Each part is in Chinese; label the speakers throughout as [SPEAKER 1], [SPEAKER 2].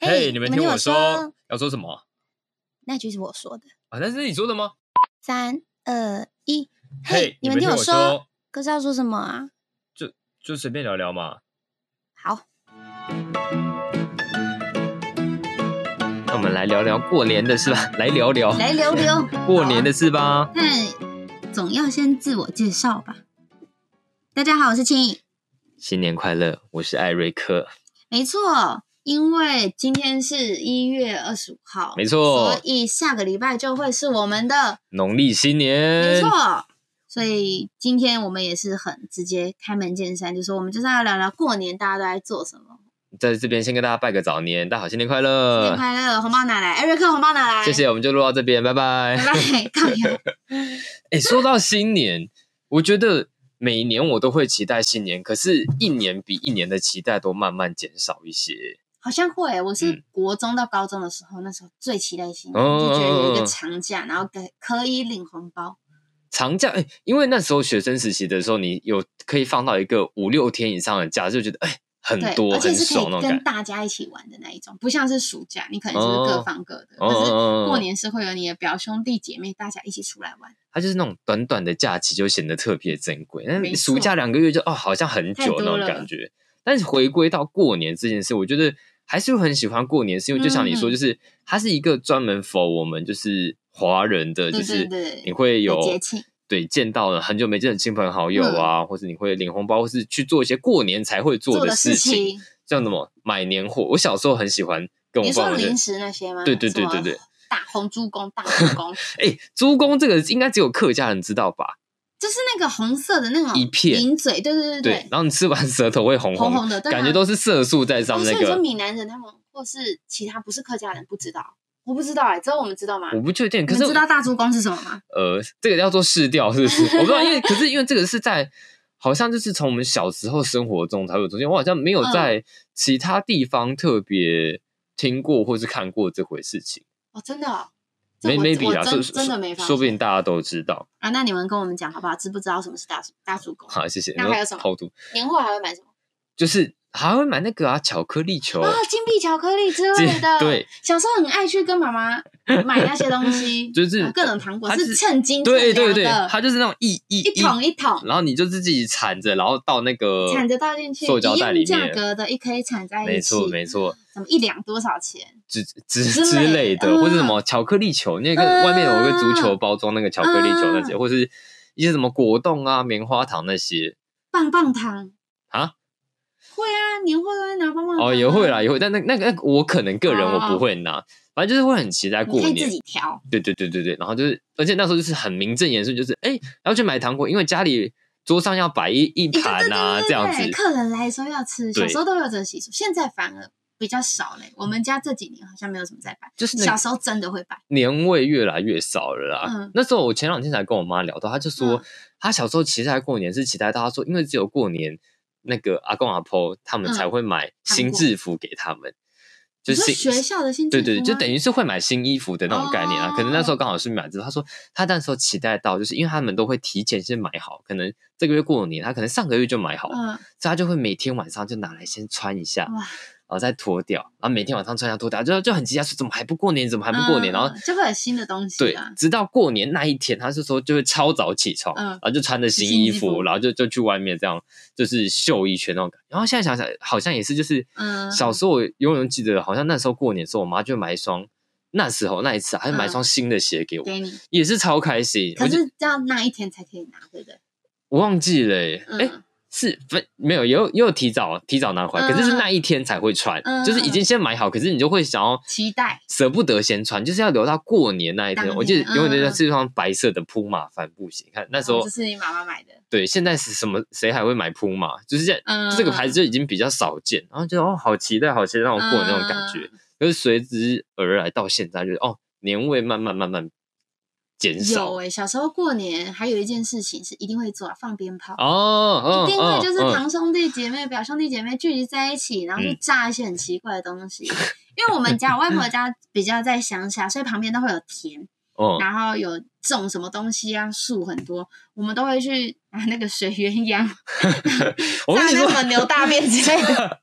[SPEAKER 1] 嘿、
[SPEAKER 2] 嘿
[SPEAKER 1] 你们
[SPEAKER 2] 我
[SPEAKER 1] 听我
[SPEAKER 2] 说，
[SPEAKER 1] 要说什么
[SPEAKER 2] 那句是我说的。
[SPEAKER 1] 啊？那是你说的吗？
[SPEAKER 2] 三二一，嘿，
[SPEAKER 1] 你
[SPEAKER 2] 们听
[SPEAKER 1] 听
[SPEAKER 2] 说，
[SPEAKER 1] 说，
[SPEAKER 2] 可是要说什么啊？
[SPEAKER 1] 就随便聊聊嘛。
[SPEAKER 2] 好，
[SPEAKER 1] 那我们来聊聊过年的事吧， 来聊聊
[SPEAKER 2] 来聊聊 啊
[SPEAKER 1] 过年的事吧。
[SPEAKER 2] 但总要先自我介绍吧。大家好，我是青颖。
[SPEAKER 1] 新年快乐，我是艾瑞克。
[SPEAKER 2] 没错，因为今天是一月二十五号，
[SPEAKER 1] 没错
[SPEAKER 2] 所以下个礼拜就会是我们的，
[SPEAKER 1] 农历新
[SPEAKER 2] 没
[SPEAKER 1] 年，
[SPEAKER 2] 错。所以今天我们也是很直接，开门见山，就说我们就是要聊聊过年大家都在做什么。
[SPEAKER 1] 在这边先跟大家拜个早年，大家好，新年快
[SPEAKER 2] 新
[SPEAKER 1] 乐，
[SPEAKER 2] 年快乐，红包拿来，艾瑞克红包拿来，
[SPEAKER 1] 呃谢谢，我们就录到这边，拜拜。
[SPEAKER 2] 拜拜，告 别。
[SPEAKER 1] 哎、说到新年，我觉得每年我都会期待新年，可是一年比一年的期待都慢慢减少一些。
[SPEAKER 2] 好像会，我是
[SPEAKER 1] 嗯
[SPEAKER 2] 国中到高中的时候，那时候最期待新年，
[SPEAKER 1] 哦
[SPEAKER 2] 就觉得有一个长假，然后可可以领红包，
[SPEAKER 1] 长假，哎、因为那时候学生实习的时候，你有可以放到一个五六天以上的假，就觉得哎、很
[SPEAKER 2] 对，
[SPEAKER 1] 多
[SPEAKER 2] 而且
[SPEAKER 1] 很
[SPEAKER 2] 是可
[SPEAKER 1] 爽那
[SPEAKER 2] 以
[SPEAKER 1] 种
[SPEAKER 2] 跟
[SPEAKER 1] 感觉。
[SPEAKER 2] 大家一起玩的那一种，不像是暑假，你可能就是
[SPEAKER 1] 哦
[SPEAKER 2] 各放各的，
[SPEAKER 1] 哦
[SPEAKER 2] 但是
[SPEAKER 1] 哦哦
[SPEAKER 2] 过年是会有你的表兄弟姐妹大家一起出来玩，
[SPEAKER 1] 它就是那种短短的假期就显得特别珍贵。
[SPEAKER 2] 没
[SPEAKER 1] 那
[SPEAKER 2] 错
[SPEAKER 1] 暑假两个月就哦，好像很
[SPEAKER 2] 太
[SPEAKER 1] 久
[SPEAKER 2] 多
[SPEAKER 1] 那种
[SPEAKER 2] 了
[SPEAKER 1] 感觉。但是回归到过年这件事，我觉得还是会很喜欢过年，是因为就像你说，
[SPEAKER 2] 嗯
[SPEAKER 1] 就是它是一个专门 for 我们就是华人的，
[SPEAKER 2] 对
[SPEAKER 1] 就是
[SPEAKER 2] 对对
[SPEAKER 1] 你会有
[SPEAKER 2] 的节庆，
[SPEAKER 1] 对见到了很久没见的亲朋好友啊，或者你会领红包，或是去做一些过年才会做
[SPEAKER 2] 做的
[SPEAKER 1] 事情，
[SPEAKER 2] 情，
[SPEAKER 1] 像什么买年货。我小时候很喜欢跟我
[SPEAKER 2] 你
[SPEAKER 1] 爸
[SPEAKER 2] 说
[SPEAKER 1] 妈就
[SPEAKER 2] 零食那些吗？
[SPEAKER 1] 对对对
[SPEAKER 2] 什么
[SPEAKER 1] 对对。
[SPEAKER 2] 大红猪公、大红公，
[SPEAKER 1] 哎，猪公这个应该只有客家人知道吧？
[SPEAKER 2] 就是那个红色的那种
[SPEAKER 1] 一片
[SPEAKER 2] 银嘴，对对对
[SPEAKER 1] 对，然后你吃完舌头会红
[SPEAKER 2] 红红的对啊
[SPEAKER 1] 感觉都是色素在
[SPEAKER 2] 哦
[SPEAKER 1] 上
[SPEAKER 2] 所
[SPEAKER 1] 那
[SPEAKER 2] 以说
[SPEAKER 1] 个。
[SPEAKER 2] 闽南人他们或是其他不是客家人不知道，我不知道哎、只有我们知道吗？
[SPEAKER 1] 我不确定，
[SPEAKER 2] 你
[SPEAKER 1] 可
[SPEAKER 2] 们
[SPEAKER 1] 是
[SPEAKER 2] 知道大猪公是什么吗？
[SPEAKER 1] 呃，这个要做试调是不是？我不知道，因为可是因为这个是在好像就是从我们小时候生活中才会有出现，我好像没有
[SPEAKER 2] 嗯
[SPEAKER 1] 在其他地方特别听过或是看过这回事情。
[SPEAKER 2] 哦，真的、哦，这
[SPEAKER 1] 没
[SPEAKER 2] 我
[SPEAKER 1] 没比
[SPEAKER 2] 我
[SPEAKER 1] 啦，
[SPEAKER 2] 真
[SPEAKER 1] 啊说
[SPEAKER 2] 真的没发现，
[SPEAKER 1] 说说不定大家都知道。
[SPEAKER 2] 啊。那你们跟我们讲好不好？知不知道什么是大大猪公？
[SPEAKER 1] 好，谢谢。
[SPEAKER 2] 那
[SPEAKER 1] 然后
[SPEAKER 2] 还有什么
[SPEAKER 1] 偷渡
[SPEAKER 2] 年货还会买什么？
[SPEAKER 1] 就是还会买那个啊巧克力球，
[SPEAKER 2] 啊，金币巧克力之类的。
[SPEAKER 1] 对，
[SPEAKER 2] 小时候很爱去跟妈 妈买那些东西，
[SPEAKER 1] 就是
[SPEAKER 2] 啊各种糖果
[SPEAKER 1] 它
[SPEAKER 2] 是
[SPEAKER 1] 是
[SPEAKER 2] 称斤称
[SPEAKER 1] 对对
[SPEAKER 2] 两
[SPEAKER 1] 对，
[SPEAKER 2] 的
[SPEAKER 1] 它就是那种一一
[SPEAKER 2] 一桶一桶
[SPEAKER 1] 然后你就自己铲着，然后到那个
[SPEAKER 2] 铲着倒进去，
[SPEAKER 1] 塑胶
[SPEAKER 2] 一
[SPEAKER 1] 袋
[SPEAKER 2] 样
[SPEAKER 1] 里
[SPEAKER 2] 价
[SPEAKER 1] 面，
[SPEAKER 2] 格的，一颗铲在
[SPEAKER 1] 没
[SPEAKER 2] 一起，
[SPEAKER 1] 错没错，
[SPEAKER 2] 什么一两多少钱？
[SPEAKER 1] 之之
[SPEAKER 2] 之
[SPEAKER 1] 之类
[SPEAKER 2] 类
[SPEAKER 1] 的，
[SPEAKER 2] 嗯
[SPEAKER 1] 或者什么巧克力球，那个
[SPEAKER 2] 嗯
[SPEAKER 1] 外面有一个足球包装那个巧克力球那些，
[SPEAKER 2] 嗯
[SPEAKER 1] 或是一些什么果冻啊、棉花糖那些
[SPEAKER 2] 棒棒糖
[SPEAKER 1] 啊，
[SPEAKER 2] 会啊，年货都会拿棒棒糖啊、
[SPEAKER 1] 哦也会啦也会，但那那个那个我可能个人我
[SPEAKER 2] 哦
[SPEAKER 1] 不会拿，反正就是会很期待
[SPEAKER 2] 你
[SPEAKER 1] 过
[SPEAKER 2] 可以自
[SPEAKER 1] 年，
[SPEAKER 2] 己调。
[SPEAKER 1] 对对对对对，然后就是，而且那时候就是很名正言顺，就是哎要去买糖果，因为家里桌上要摆一一
[SPEAKER 2] 对
[SPEAKER 1] 盘啊
[SPEAKER 2] 对对对
[SPEAKER 1] 这样子
[SPEAKER 2] 对，客人来说要吃，小
[SPEAKER 1] 对
[SPEAKER 2] 时候都有这个习俗，现在反而比较少嘞。我们家这几年好像没有什么在摆，
[SPEAKER 1] 就是那个
[SPEAKER 2] 小时候真的会摆，
[SPEAKER 1] 年味越来越少了啦。
[SPEAKER 2] 嗯
[SPEAKER 1] 那时候我前两天才跟我妈聊到，她就说、
[SPEAKER 2] 嗯
[SPEAKER 1] 她小时候期待过年是期待到她说，因为只有过年那个阿公阿婆他们
[SPEAKER 2] 嗯
[SPEAKER 1] 才会买新制服给他们，就
[SPEAKER 2] 你
[SPEAKER 1] 是
[SPEAKER 2] 说
[SPEAKER 1] 新
[SPEAKER 2] 学校的新
[SPEAKER 1] 对
[SPEAKER 2] 制
[SPEAKER 1] 对，
[SPEAKER 2] 服
[SPEAKER 1] 就
[SPEAKER 2] 吗
[SPEAKER 1] 等于是会买新衣服的那种概念啊。可能那时候
[SPEAKER 2] 嗯哦
[SPEAKER 1] 刚好是买这，她说她那时候期待到，就是因为他们都会提前先买好，可能这个月过年，她可能上个月就买好，所
[SPEAKER 2] 嗯
[SPEAKER 1] 以她就会每天晚上就拿来先穿一下。
[SPEAKER 2] 哇，
[SPEAKER 1] 然后再脱掉，然后每天晚上穿下脱掉，就就很急啊，说怎么还不过年，怎么还不过年？然后
[SPEAKER 2] 嗯就会有新的东西
[SPEAKER 1] 对
[SPEAKER 2] 啊，，
[SPEAKER 1] 直到过年那一天，他是说就会超早起床，
[SPEAKER 2] 嗯
[SPEAKER 1] 然后就穿着新
[SPEAKER 2] 新
[SPEAKER 1] 衣
[SPEAKER 2] 衣
[SPEAKER 1] 服，
[SPEAKER 2] 服
[SPEAKER 1] 然后就就去外面这样就是秀一圈那种感觉。然后现在想想，好像也是，就是
[SPEAKER 2] 嗯
[SPEAKER 1] 小时候我永远记得，好像那时候过年的时候，我妈就买一双，那时候那一次啊，还买一
[SPEAKER 2] 嗯
[SPEAKER 1] 双新的鞋给我，
[SPEAKER 2] 给你。
[SPEAKER 1] 也是超开心。
[SPEAKER 2] 可
[SPEAKER 1] 我就是
[SPEAKER 2] 这样那一天才可以拿，对不对？
[SPEAKER 1] 我忘记了耶，哎、
[SPEAKER 2] 嗯
[SPEAKER 1] 是分没有，也有也有提早提早拿回来，可是是那一天才会穿，
[SPEAKER 2] 嗯
[SPEAKER 1] 就是已经先买好，可是你就会想要
[SPEAKER 2] 期待
[SPEAKER 1] 舍不得先穿，就是要留到过年那一天。
[SPEAKER 2] 当
[SPEAKER 1] 我记得
[SPEAKER 2] 天
[SPEAKER 1] 永远都
[SPEAKER 2] 嗯嗯
[SPEAKER 1] 是一双白色的铺马帆布鞋，你看那时候、
[SPEAKER 2] 哦这是你妈妈买的，
[SPEAKER 1] 对，现在是什么谁还会买铺马？就是这样，
[SPEAKER 2] 嗯，
[SPEAKER 1] 这个牌子就已经比较少见，然后就哦好期待，好期待让我过年那种感觉。
[SPEAKER 2] 嗯
[SPEAKER 1] 可是随之而来到现在，就是哦年味慢慢慢慢减
[SPEAKER 2] 有
[SPEAKER 1] 少。
[SPEAKER 2] 哎、小时候过年还有一件事情是一定会做啊，放鞭炮。
[SPEAKER 1] 哦，
[SPEAKER 2] 一定会就是
[SPEAKER 1] 嗯嗯
[SPEAKER 2] 堂兄弟姐妹、表兄弟姐妹聚集在一起，然后去
[SPEAKER 1] 嗯
[SPEAKER 2] 炸一些很奇怪的东西。因为我们家我外婆家比较在乡下，所以旁边都会有田，
[SPEAKER 1] 嗯，
[SPEAKER 2] 然后有种什么东西啊，树很多，我们都会去拿那个水鸳鸯，
[SPEAKER 1] 我跟
[SPEAKER 2] 像
[SPEAKER 1] 你
[SPEAKER 2] 那
[SPEAKER 1] 说，
[SPEAKER 2] 种牛大便之类 的。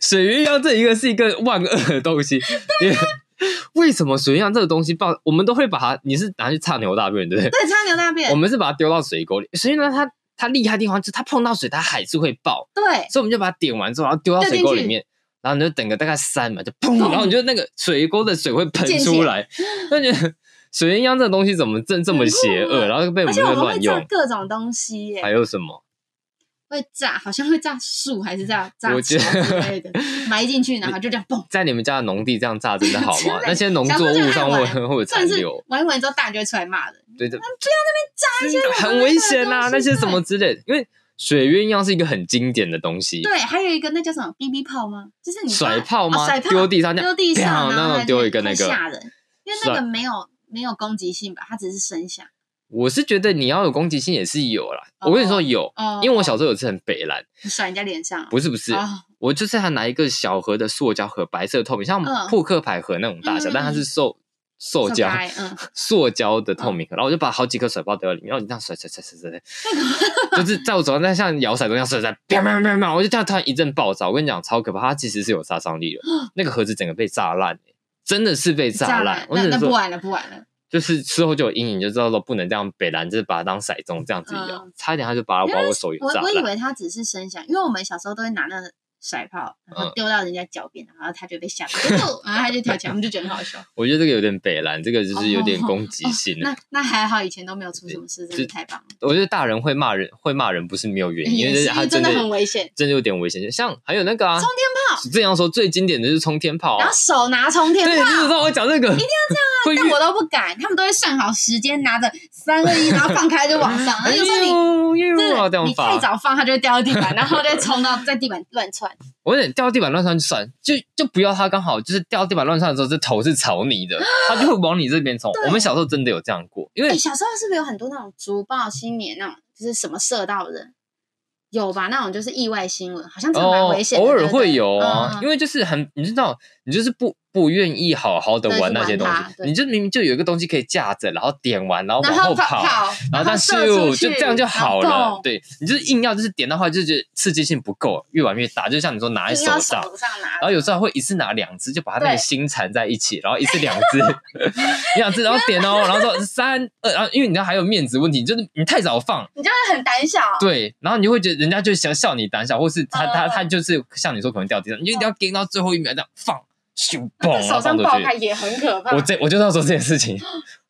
[SPEAKER 1] 水鸳鸯这一个是一个万恶的东西。因为 为什么水鸳鸯这个东西把我们都会把它？你是拿去擦牛大便，对不对？
[SPEAKER 2] 对，擦牛大便
[SPEAKER 1] 我，们是把它丢到水沟里。水鸳鸯它它厉害的地方就是它碰到水它还是会爆，
[SPEAKER 2] 对，
[SPEAKER 1] 所以我们就把它点完之后，然后丢到水沟里面，然后你就等个大概三秒就 砰，然后你就那个水沟的水会喷出 来，就觉得水鸳鸯这个东西怎么这这么邪 恶，然后就被我
[SPEAKER 2] 而
[SPEAKER 1] 们
[SPEAKER 2] 且
[SPEAKER 1] 这
[SPEAKER 2] 我
[SPEAKER 1] 边
[SPEAKER 2] 们会
[SPEAKER 1] 乱
[SPEAKER 2] 炸
[SPEAKER 1] 用。
[SPEAKER 2] 各种东西耶，
[SPEAKER 1] 还有什么？
[SPEAKER 2] 会炸，好像会炸树还是炸炸
[SPEAKER 1] 我
[SPEAKER 2] 桥
[SPEAKER 1] 觉得
[SPEAKER 2] 之类 的，埋进去然后就这样蹦。
[SPEAKER 1] 在你们家的农地这样炸真的好
[SPEAKER 2] 真
[SPEAKER 1] 吗
[SPEAKER 2] 的？
[SPEAKER 1] 那些农作物上会会有
[SPEAKER 2] 算
[SPEAKER 1] 残
[SPEAKER 2] 是
[SPEAKER 1] 留，
[SPEAKER 2] 玩一玩之后，大人就会出来骂人，
[SPEAKER 1] 对的，
[SPEAKER 2] 炸一些
[SPEAKER 1] 嗯很危险呐、
[SPEAKER 2] 那
[SPEAKER 1] 那
[SPEAKER 2] 些
[SPEAKER 1] 些什么之类的，因为水鸳鸯是一个很经典的东西，
[SPEAKER 2] 对，还有一个那叫什么 BB 炮吗？就是你
[SPEAKER 1] 甩
[SPEAKER 2] 把
[SPEAKER 1] 炮
[SPEAKER 2] 哦
[SPEAKER 1] 吗？
[SPEAKER 2] 甩炮
[SPEAKER 1] 丢地上这
[SPEAKER 2] 丢
[SPEAKER 1] 样，
[SPEAKER 2] 地上，
[SPEAKER 1] 砰
[SPEAKER 2] 然
[SPEAKER 1] 那
[SPEAKER 2] 后
[SPEAKER 1] 种
[SPEAKER 2] 它
[SPEAKER 1] 丢
[SPEAKER 2] 就
[SPEAKER 1] 一个
[SPEAKER 2] 太
[SPEAKER 1] 那个
[SPEAKER 2] 吓人，因为那
[SPEAKER 1] 甩
[SPEAKER 2] 个没有没有攻击性吧，它只是声响。
[SPEAKER 1] 我是觉得你要有攻击性也是有啦，
[SPEAKER 2] 哦
[SPEAKER 1] 我跟你说有，
[SPEAKER 2] 哦，
[SPEAKER 1] 因为我小时候有一次很北蓝，
[SPEAKER 2] 你甩人家脸上，
[SPEAKER 1] 不是不是，
[SPEAKER 2] 哦
[SPEAKER 1] 我就是还拿一个小盒的塑胶盒，白色透明，像
[SPEAKER 2] 嗯
[SPEAKER 1] 扑克牌盒那种大小，
[SPEAKER 2] 嗯嗯
[SPEAKER 1] 但它是塑塑胶
[SPEAKER 2] 塑胶嗯
[SPEAKER 1] 塑胶的透明盒，然后我就把好几颗甩包丢到里面，然后你这样甩甩甩甩甩甩，就是在我手上在像摇骰子一样甩甩，啪啪啪啪，我就这样突然一阵爆炸，我跟你讲超可怕，它其实是有杀伤 力的，那个盒子整个被炸烂、欸真的是被炸烂，我
[SPEAKER 2] 那
[SPEAKER 1] 只
[SPEAKER 2] 那
[SPEAKER 1] 能
[SPEAKER 2] 不
[SPEAKER 1] 说，
[SPEAKER 2] 玩了，不玩了。
[SPEAKER 1] 就是之后就有阴影，就知道说不能这样北蓝，就是把它当骰盅这样子摇，
[SPEAKER 2] 嗯
[SPEAKER 1] 差一点他就把我把我手也
[SPEAKER 2] 我
[SPEAKER 1] 炸
[SPEAKER 2] 我以
[SPEAKER 1] 烂。
[SPEAKER 2] 为它只是声响，因为我们小时候都会拿那个甩炮，然后
[SPEAKER 1] 嗯
[SPEAKER 2] 丢到人家脚边，然后他就被吓到， 哦然后他就跳起来，我们就觉得很好笑。
[SPEAKER 1] 我觉得这个有点北蓝，这个就是有点攻击性了。
[SPEAKER 2] 哦那那还好，以前都没有出什么事，真是太棒了。
[SPEAKER 1] 我觉得大人会骂人，会骂人不是没有原因，
[SPEAKER 2] 也
[SPEAKER 1] 因为
[SPEAKER 2] 是
[SPEAKER 1] 他
[SPEAKER 2] 真
[SPEAKER 1] 的
[SPEAKER 2] 的很危险，
[SPEAKER 1] 真的有点危险。像还有那个啊，
[SPEAKER 2] 冲天炮，
[SPEAKER 1] 这样说最经典的就是冲天炮、
[SPEAKER 2] 然
[SPEAKER 1] 啊
[SPEAKER 2] 后，手拿冲天
[SPEAKER 1] 对，你
[SPEAKER 2] 炮，
[SPEAKER 1] 知道我讲这个，一定要
[SPEAKER 2] 但我都不敢，他们都会算好时间，拿着三二一，然后放开就往上， 然后
[SPEAKER 1] 会
[SPEAKER 2] 就说你。
[SPEAKER 1] 晕，
[SPEAKER 2] 对
[SPEAKER 1] 哎这样
[SPEAKER 2] 你
[SPEAKER 1] 发
[SPEAKER 2] 太，早放，它就会掉到地板，然后就冲到在地板乱窜。
[SPEAKER 1] 我有点掉地板乱窜就算，就就不要他刚好就是掉地板乱窜的时候，这头是朝你的，他就会往你这边冲。我们小时候真的有这样过，因为
[SPEAKER 2] 哎、小时候是不是有很多那种竹报新年那种，就是什么射到人？有吧？那种就是意外新闻，好像这个蛮
[SPEAKER 1] 哦
[SPEAKER 2] 危，险的、
[SPEAKER 1] 偶尔
[SPEAKER 2] 对不
[SPEAKER 1] 会
[SPEAKER 2] 对
[SPEAKER 1] 有啊，
[SPEAKER 2] 嗯
[SPEAKER 1] 因为就是很，你知道，你就是不不愿意好好的
[SPEAKER 2] 对
[SPEAKER 1] 玩
[SPEAKER 2] 去
[SPEAKER 1] 那些
[SPEAKER 2] 玩
[SPEAKER 1] 东西
[SPEAKER 2] 它，对
[SPEAKER 1] 你就明明就有一个东西可以架着，然后点完，然后往
[SPEAKER 2] 然后
[SPEAKER 1] 跑，
[SPEAKER 2] 跑，
[SPEAKER 1] 然后但是
[SPEAKER 2] 射出
[SPEAKER 1] 就
[SPEAKER 2] 去
[SPEAKER 1] 这样就好了。
[SPEAKER 2] 然后
[SPEAKER 1] 对，你就是硬要就是点的话，就觉得刺激性不够，越玩越大，就像你说拿在
[SPEAKER 2] 蹦，硬要
[SPEAKER 1] 手
[SPEAKER 2] 手
[SPEAKER 1] 上。
[SPEAKER 2] 上拿
[SPEAKER 1] 然后有时候还会一次拿两只，就把它那个
[SPEAKER 2] 对
[SPEAKER 1] 心缠在一起，然后一次两只， 两只，然后点哦，然后说三二，然后因为你知道还有面子问题，就是你太早放，
[SPEAKER 2] 你就会很胆小。
[SPEAKER 1] 对，然后你就会觉得人家就想笑你胆小，或是他、他
[SPEAKER 2] 嗯
[SPEAKER 1] 他就是像你说可能掉地上，你就一定要盯到最后一秒这样放，咻嘣，
[SPEAKER 2] 那
[SPEAKER 1] 然后
[SPEAKER 2] 手上
[SPEAKER 1] 放出
[SPEAKER 2] 爆
[SPEAKER 1] 去
[SPEAKER 2] 开。嗯也很可怕。
[SPEAKER 1] 我这我就要说这件 事情，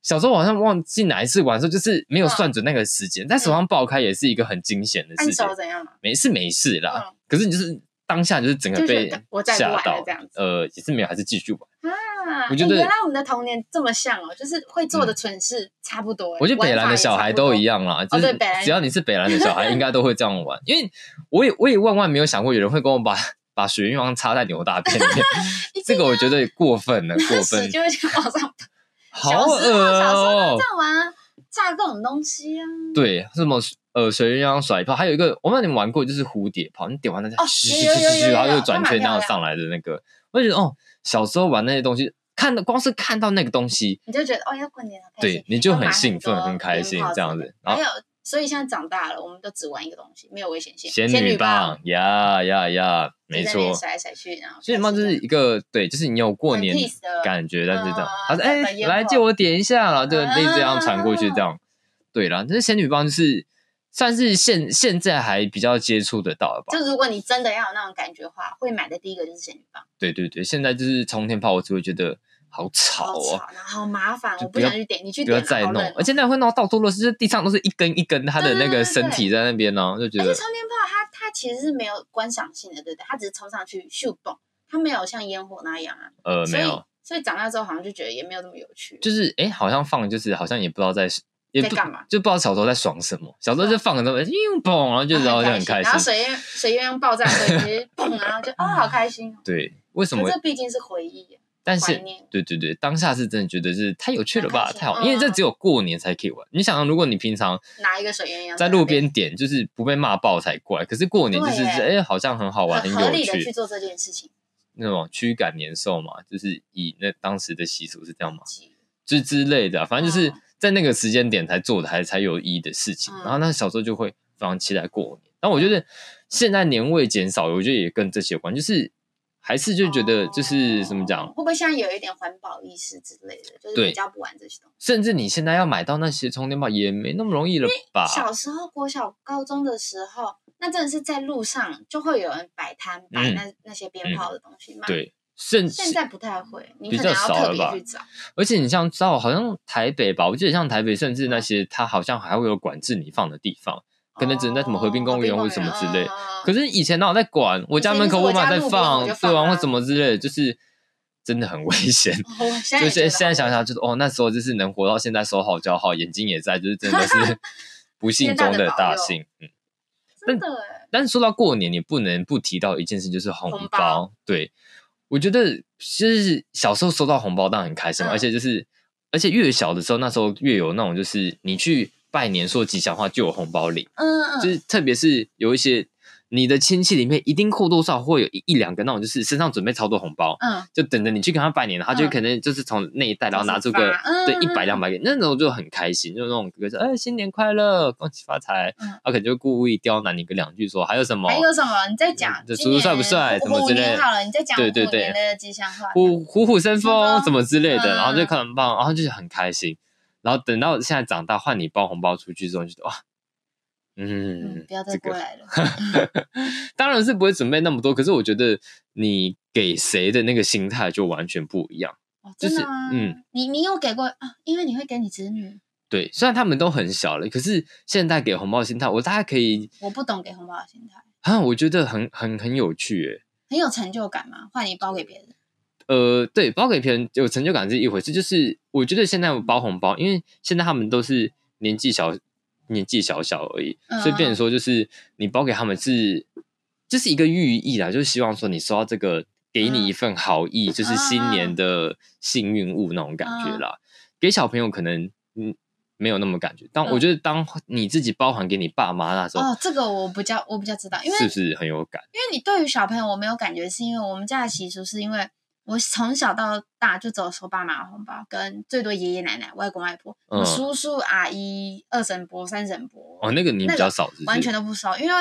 [SPEAKER 1] 小时候好像忘记哪一次玩的时候，就是没有算准那个时间，在手上爆开也是一个很惊险的
[SPEAKER 2] 嗯按
[SPEAKER 1] 事情
[SPEAKER 2] 手，怎样嘛？
[SPEAKER 1] 没事没事啦。
[SPEAKER 2] 嗯
[SPEAKER 1] 可是你就是当下就是整个
[SPEAKER 2] 就觉
[SPEAKER 1] 被
[SPEAKER 2] 得我再不玩
[SPEAKER 1] 吓
[SPEAKER 2] 了
[SPEAKER 1] 到
[SPEAKER 2] 这样子，
[SPEAKER 1] 呃，也是没有，还是继续玩。
[SPEAKER 2] 啊，
[SPEAKER 1] 我觉
[SPEAKER 2] 哎
[SPEAKER 1] 得嗯
[SPEAKER 2] 原来我们的童年这么像哦，就是会做的蠢事差不多。哎
[SPEAKER 1] 我觉得北兰的小孩都 一
[SPEAKER 2] 样。
[SPEAKER 1] 样啦，就
[SPEAKER 2] 哦对
[SPEAKER 1] 是
[SPEAKER 2] 北兰
[SPEAKER 1] 只要你是北兰的小孩，应该都会这样玩。因为我也我也万万没有想过有人会跟我把把水鸳鸯插在牛大便里 面，这个我觉得过分了，过
[SPEAKER 2] 玩法也差不多屎，
[SPEAKER 1] 分
[SPEAKER 2] 就会这样往上
[SPEAKER 1] 好恶
[SPEAKER 2] 小时
[SPEAKER 1] 哦、
[SPEAKER 2] 这样玩啊，炸各种东西啊。
[SPEAKER 1] 对，什么呃水鸳鸯甩炮，还有一个我不知道你们玩过，就是蝴蝶炮，你点完了再
[SPEAKER 2] 哦
[SPEAKER 1] 嘘
[SPEAKER 2] 有
[SPEAKER 1] 嘘
[SPEAKER 2] 有有
[SPEAKER 1] 嘘嘘
[SPEAKER 2] 有有
[SPEAKER 1] 然后又
[SPEAKER 2] 有
[SPEAKER 1] 转
[SPEAKER 2] 那蛮
[SPEAKER 1] 圈然
[SPEAKER 2] 漂
[SPEAKER 1] 后
[SPEAKER 2] 亮
[SPEAKER 1] 上来的那个，我就觉得哦，小时候玩那些东西，看到光是看到那个东西，
[SPEAKER 2] 你就觉得哦要过年了，开心
[SPEAKER 1] 对，你就
[SPEAKER 2] 要买
[SPEAKER 1] 很兴奋
[SPEAKER 2] 多
[SPEAKER 1] 很开心
[SPEAKER 2] 鞭炮
[SPEAKER 1] 这样
[SPEAKER 2] 之类
[SPEAKER 1] 子
[SPEAKER 2] 的，
[SPEAKER 1] 然
[SPEAKER 2] 还
[SPEAKER 1] 后。
[SPEAKER 2] 有，所以现在长大了，我们都只玩一个东西，没有危险性。
[SPEAKER 1] 仙
[SPEAKER 2] 女
[SPEAKER 1] 女棒，呀呀呀，没
[SPEAKER 2] 就在那
[SPEAKER 1] 错
[SPEAKER 2] 边，甩来甩去，然后
[SPEAKER 1] 仙女棒就是一个对，就是你有过
[SPEAKER 2] 很
[SPEAKER 1] 年
[SPEAKER 2] peace 的
[SPEAKER 1] 感觉，但是这样
[SPEAKER 2] 嗯，
[SPEAKER 1] 他说
[SPEAKER 2] 把
[SPEAKER 1] 哎
[SPEAKER 2] 烟
[SPEAKER 1] 来
[SPEAKER 2] 火
[SPEAKER 1] 借我点一下，然后就
[SPEAKER 2] 嗯
[SPEAKER 1] 类似这样传过去
[SPEAKER 2] 啊
[SPEAKER 1] 这样，对啦，但是仙女棒就是算是现现在还比较接触得到的吧
[SPEAKER 2] 就，如果你真的要有那种感觉的话，会买的第一个就是仙女棒，
[SPEAKER 1] 对对对，现在就是冲天炮，我只会觉得好吵
[SPEAKER 2] 好
[SPEAKER 1] 哦，
[SPEAKER 2] 吵，然后好麻烦，
[SPEAKER 1] 就
[SPEAKER 2] 我不
[SPEAKER 1] 不要
[SPEAKER 2] 想去点，你去
[SPEAKER 1] 不要
[SPEAKER 2] 点
[SPEAKER 1] 再
[SPEAKER 2] 好
[SPEAKER 1] 弄
[SPEAKER 2] 冷哦，
[SPEAKER 1] 而且那会弄到到处都是，就是地上都是一根一根它的那
[SPEAKER 2] 对对对
[SPEAKER 1] 个身体在那边呢，就觉
[SPEAKER 2] 而且
[SPEAKER 1] 得
[SPEAKER 2] 冲天炮它它其实是没有观赏性的，对不对？它只是冲上去咻蹦，它没有像烟火那样啊。
[SPEAKER 1] 呃
[SPEAKER 2] 所
[SPEAKER 1] 没
[SPEAKER 2] 以
[SPEAKER 1] 有，
[SPEAKER 2] 所以长大之后好像就觉得也没有那么有趣。
[SPEAKER 1] 就是哎好像放就是好像也不知道在也
[SPEAKER 2] 在
[SPEAKER 1] 不
[SPEAKER 2] 干嘛
[SPEAKER 1] 就不知道小时候在爽什么，小时候就放个什么砰，然后就
[SPEAKER 2] 啊
[SPEAKER 1] 然后就很
[SPEAKER 2] 开
[SPEAKER 1] 开
[SPEAKER 2] 然后
[SPEAKER 1] 心，
[SPEAKER 2] 水鸳水鸳鸯爆炸的时候，你就是蹦，然后就哦，好开心哦。
[SPEAKER 1] 对，为什
[SPEAKER 2] 可
[SPEAKER 1] 么
[SPEAKER 2] 这毕竟是回忆，
[SPEAKER 1] 但
[SPEAKER 2] 怀
[SPEAKER 1] 是
[SPEAKER 2] 念。
[SPEAKER 1] 对对对，当下是真的觉得是太有趣了
[SPEAKER 2] 很
[SPEAKER 1] 吧，
[SPEAKER 2] 开心
[SPEAKER 1] 太好，因为这
[SPEAKER 2] 嗯嗯
[SPEAKER 1] 只有过年才可以玩。你想，啊如果你平常
[SPEAKER 2] 拿一个水鸳鸯
[SPEAKER 1] 在路边点，就是不被骂爆才怪。可是过年就是
[SPEAKER 2] 对
[SPEAKER 1] 哎，好像很好玩，
[SPEAKER 2] 很合
[SPEAKER 1] 有
[SPEAKER 2] 理的去
[SPEAKER 1] 趣，
[SPEAKER 2] 做这件事情，
[SPEAKER 1] 那种驱赶年兽嘛，就是以那当时的习俗是这样嘛，之之类的啊、反正就是
[SPEAKER 2] 哦
[SPEAKER 1] 在那个时间点才做的还才有意义的事情。
[SPEAKER 2] 嗯
[SPEAKER 1] 然后那小时候就会非常期待过年。然后我觉得现在年味减少，我觉得也跟这些有关，就是还是就觉得就是、
[SPEAKER 2] 哦
[SPEAKER 1] 怎么讲
[SPEAKER 2] 会，不会现在有一点环保意识之类的，就是
[SPEAKER 1] 对
[SPEAKER 2] 比较不玩这些东西。
[SPEAKER 1] 甚至你现在要买到那些充电宝也没那么容易了吧？
[SPEAKER 2] 小时候、国小、高中的时候，那真的是在路上就会有人摆摊摆
[SPEAKER 1] 嗯
[SPEAKER 2] 那、那些鞭炮的东西卖。，
[SPEAKER 1] 对，甚至
[SPEAKER 2] 现在不太会，你
[SPEAKER 1] 比
[SPEAKER 2] 可
[SPEAKER 1] 较
[SPEAKER 2] 能要
[SPEAKER 1] 少
[SPEAKER 2] 特
[SPEAKER 1] 了
[SPEAKER 2] 别
[SPEAKER 1] 吧
[SPEAKER 2] 去找。
[SPEAKER 1] 而且你像到好像台北吧，我记得像台北，甚至那
[SPEAKER 2] 嗯
[SPEAKER 1] 些它好像还会有管制你放的地方，可能只能在什么
[SPEAKER 2] 哦
[SPEAKER 1] 河滨公园或者什么之类。可
[SPEAKER 2] 是
[SPEAKER 1] 是以前哪有在管？我家门口
[SPEAKER 2] 哦以前就是我家
[SPEAKER 1] 嘛在
[SPEAKER 2] 路边我
[SPEAKER 1] 放
[SPEAKER 2] 就，放
[SPEAKER 1] 对啊，
[SPEAKER 2] 啊
[SPEAKER 1] 或什么之类的，就是真的很危险。
[SPEAKER 2] 哦我 现在
[SPEAKER 1] 就
[SPEAKER 2] 也觉
[SPEAKER 1] 是
[SPEAKER 2] 得
[SPEAKER 1] 现在
[SPEAKER 2] 好
[SPEAKER 1] 想
[SPEAKER 2] 危
[SPEAKER 1] 想，就是哦，那时候就是能活到现在，手好脚好，眼睛也在，就是真的 是不幸中的大幸。嗯，
[SPEAKER 2] 真的欸
[SPEAKER 1] 但是说到过年，你不能不提到一件事，就是红包。
[SPEAKER 2] 红包
[SPEAKER 1] 对，我觉得就是小时候收到红包当然很开心嘛，
[SPEAKER 2] 嗯
[SPEAKER 1] 而且就是而且越小的时候，那时候越有那种就是你去拜年说吉祥话就有红包领，
[SPEAKER 2] 嗯嗯，
[SPEAKER 1] 就是特别是有一些你的亲戚里面，一定或多或少会有一一两个那种就是身上准备超多红包，
[SPEAKER 2] 嗯，
[SPEAKER 1] 就等着你去跟他拜年，他就
[SPEAKER 2] 嗯
[SPEAKER 1] 可能就是从那一袋，然后拿出
[SPEAKER 2] 就是
[SPEAKER 1] 个
[SPEAKER 2] 发嗯
[SPEAKER 1] 对
[SPEAKER 2] 嗯
[SPEAKER 1] 一百两百给，那种就很开心，就那种哥哥说哎新年快乐，恭喜发财，
[SPEAKER 2] 嗯
[SPEAKER 1] 他可能就故意刁难你个两句说还有什么
[SPEAKER 2] 还有什么？你再讲
[SPEAKER 1] 嗯这
[SPEAKER 2] 今
[SPEAKER 1] 叔叔
[SPEAKER 2] 年
[SPEAKER 1] 帅不帅
[SPEAKER 2] 虎
[SPEAKER 1] 什么之类
[SPEAKER 2] 虎年
[SPEAKER 1] 的
[SPEAKER 2] 好了，你再讲
[SPEAKER 1] 对对
[SPEAKER 2] 虎
[SPEAKER 1] 对
[SPEAKER 2] 年的吉祥话。
[SPEAKER 1] 虎虎虎生风什么之类的，
[SPEAKER 2] 嗯
[SPEAKER 1] 然后就看很棒，然后就是很开心，然后等到现在长大换你包红包出去之后，你就觉得哇，
[SPEAKER 2] 嗯
[SPEAKER 1] 嗯，，
[SPEAKER 2] 不要再
[SPEAKER 1] 这
[SPEAKER 2] 过
[SPEAKER 1] 个
[SPEAKER 2] 来了。
[SPEAKER 1] 当然是不会准备那么多，可是我觉得你给谁的那个心态就完全不一样。
[SPEAKER 2] 哦
[SPEAKER 1] 就
[SPEAKER 2] 真的
[SPEAKER 1] 是
[SPEAKER 2] 吗？
[SPEAKER 1] 嗯，
[SPEAKER 2] 你你有给过啊？因为你会给你侄女，
[SPEAKER 1] 对，虽然他们都很小了，可是现在给红包心态，我大概可以
[SPEAKER 2] 我不懂给红包的心态，
[SPEAKER 1] 啊，我觉得很很很有趣耶。
[SPEAKER 2] 很有成就感嘛。换你包给别人，
[SPEAKER 1] 呃，对，包给别人有成就感是一回事，就是我觉得现在我包红包，因为现在他们都是年纪小，年纪小小而已，
[SPEAKER 2] 嗯
[SPEAKER 1] 所以变成说就是你包给他们是，这、是一个寓意啦，就是希望说你收到这个，给你
[SPEAKER 2] 嗯
[SPEAKER 1] 一份好意，就是新年的幸运物那种感觉
[SPEAKER 2] 嗯
[SPEAKER 1] 啦。给小朋友可能嗯没有那么感觉，当、
[SPEAKER 2] 嗯
[SPEAKER 1] 我觉得当你自己包含给你爸妈那时候，
[SPEAKER 2] 哦，这个我比较我比较知道，因为
[SPEAKER 1] 是不是很有感？
[SPEAKER 2] 因为你对于小朋友我没有感觉，是因为我们家的习俗是因为我从小到大就只有收爸妈的红包，跟最多爷爷奶奶、外公外婆、
[SPEAKER 1] 嗯
[SPEAKER 2] 叔叔阿姨、二婶伯、三婶伯，
[SPEAKER 1] 哦，那个你比较少，是不是
[SPEAKER 2] 完全都不收，因为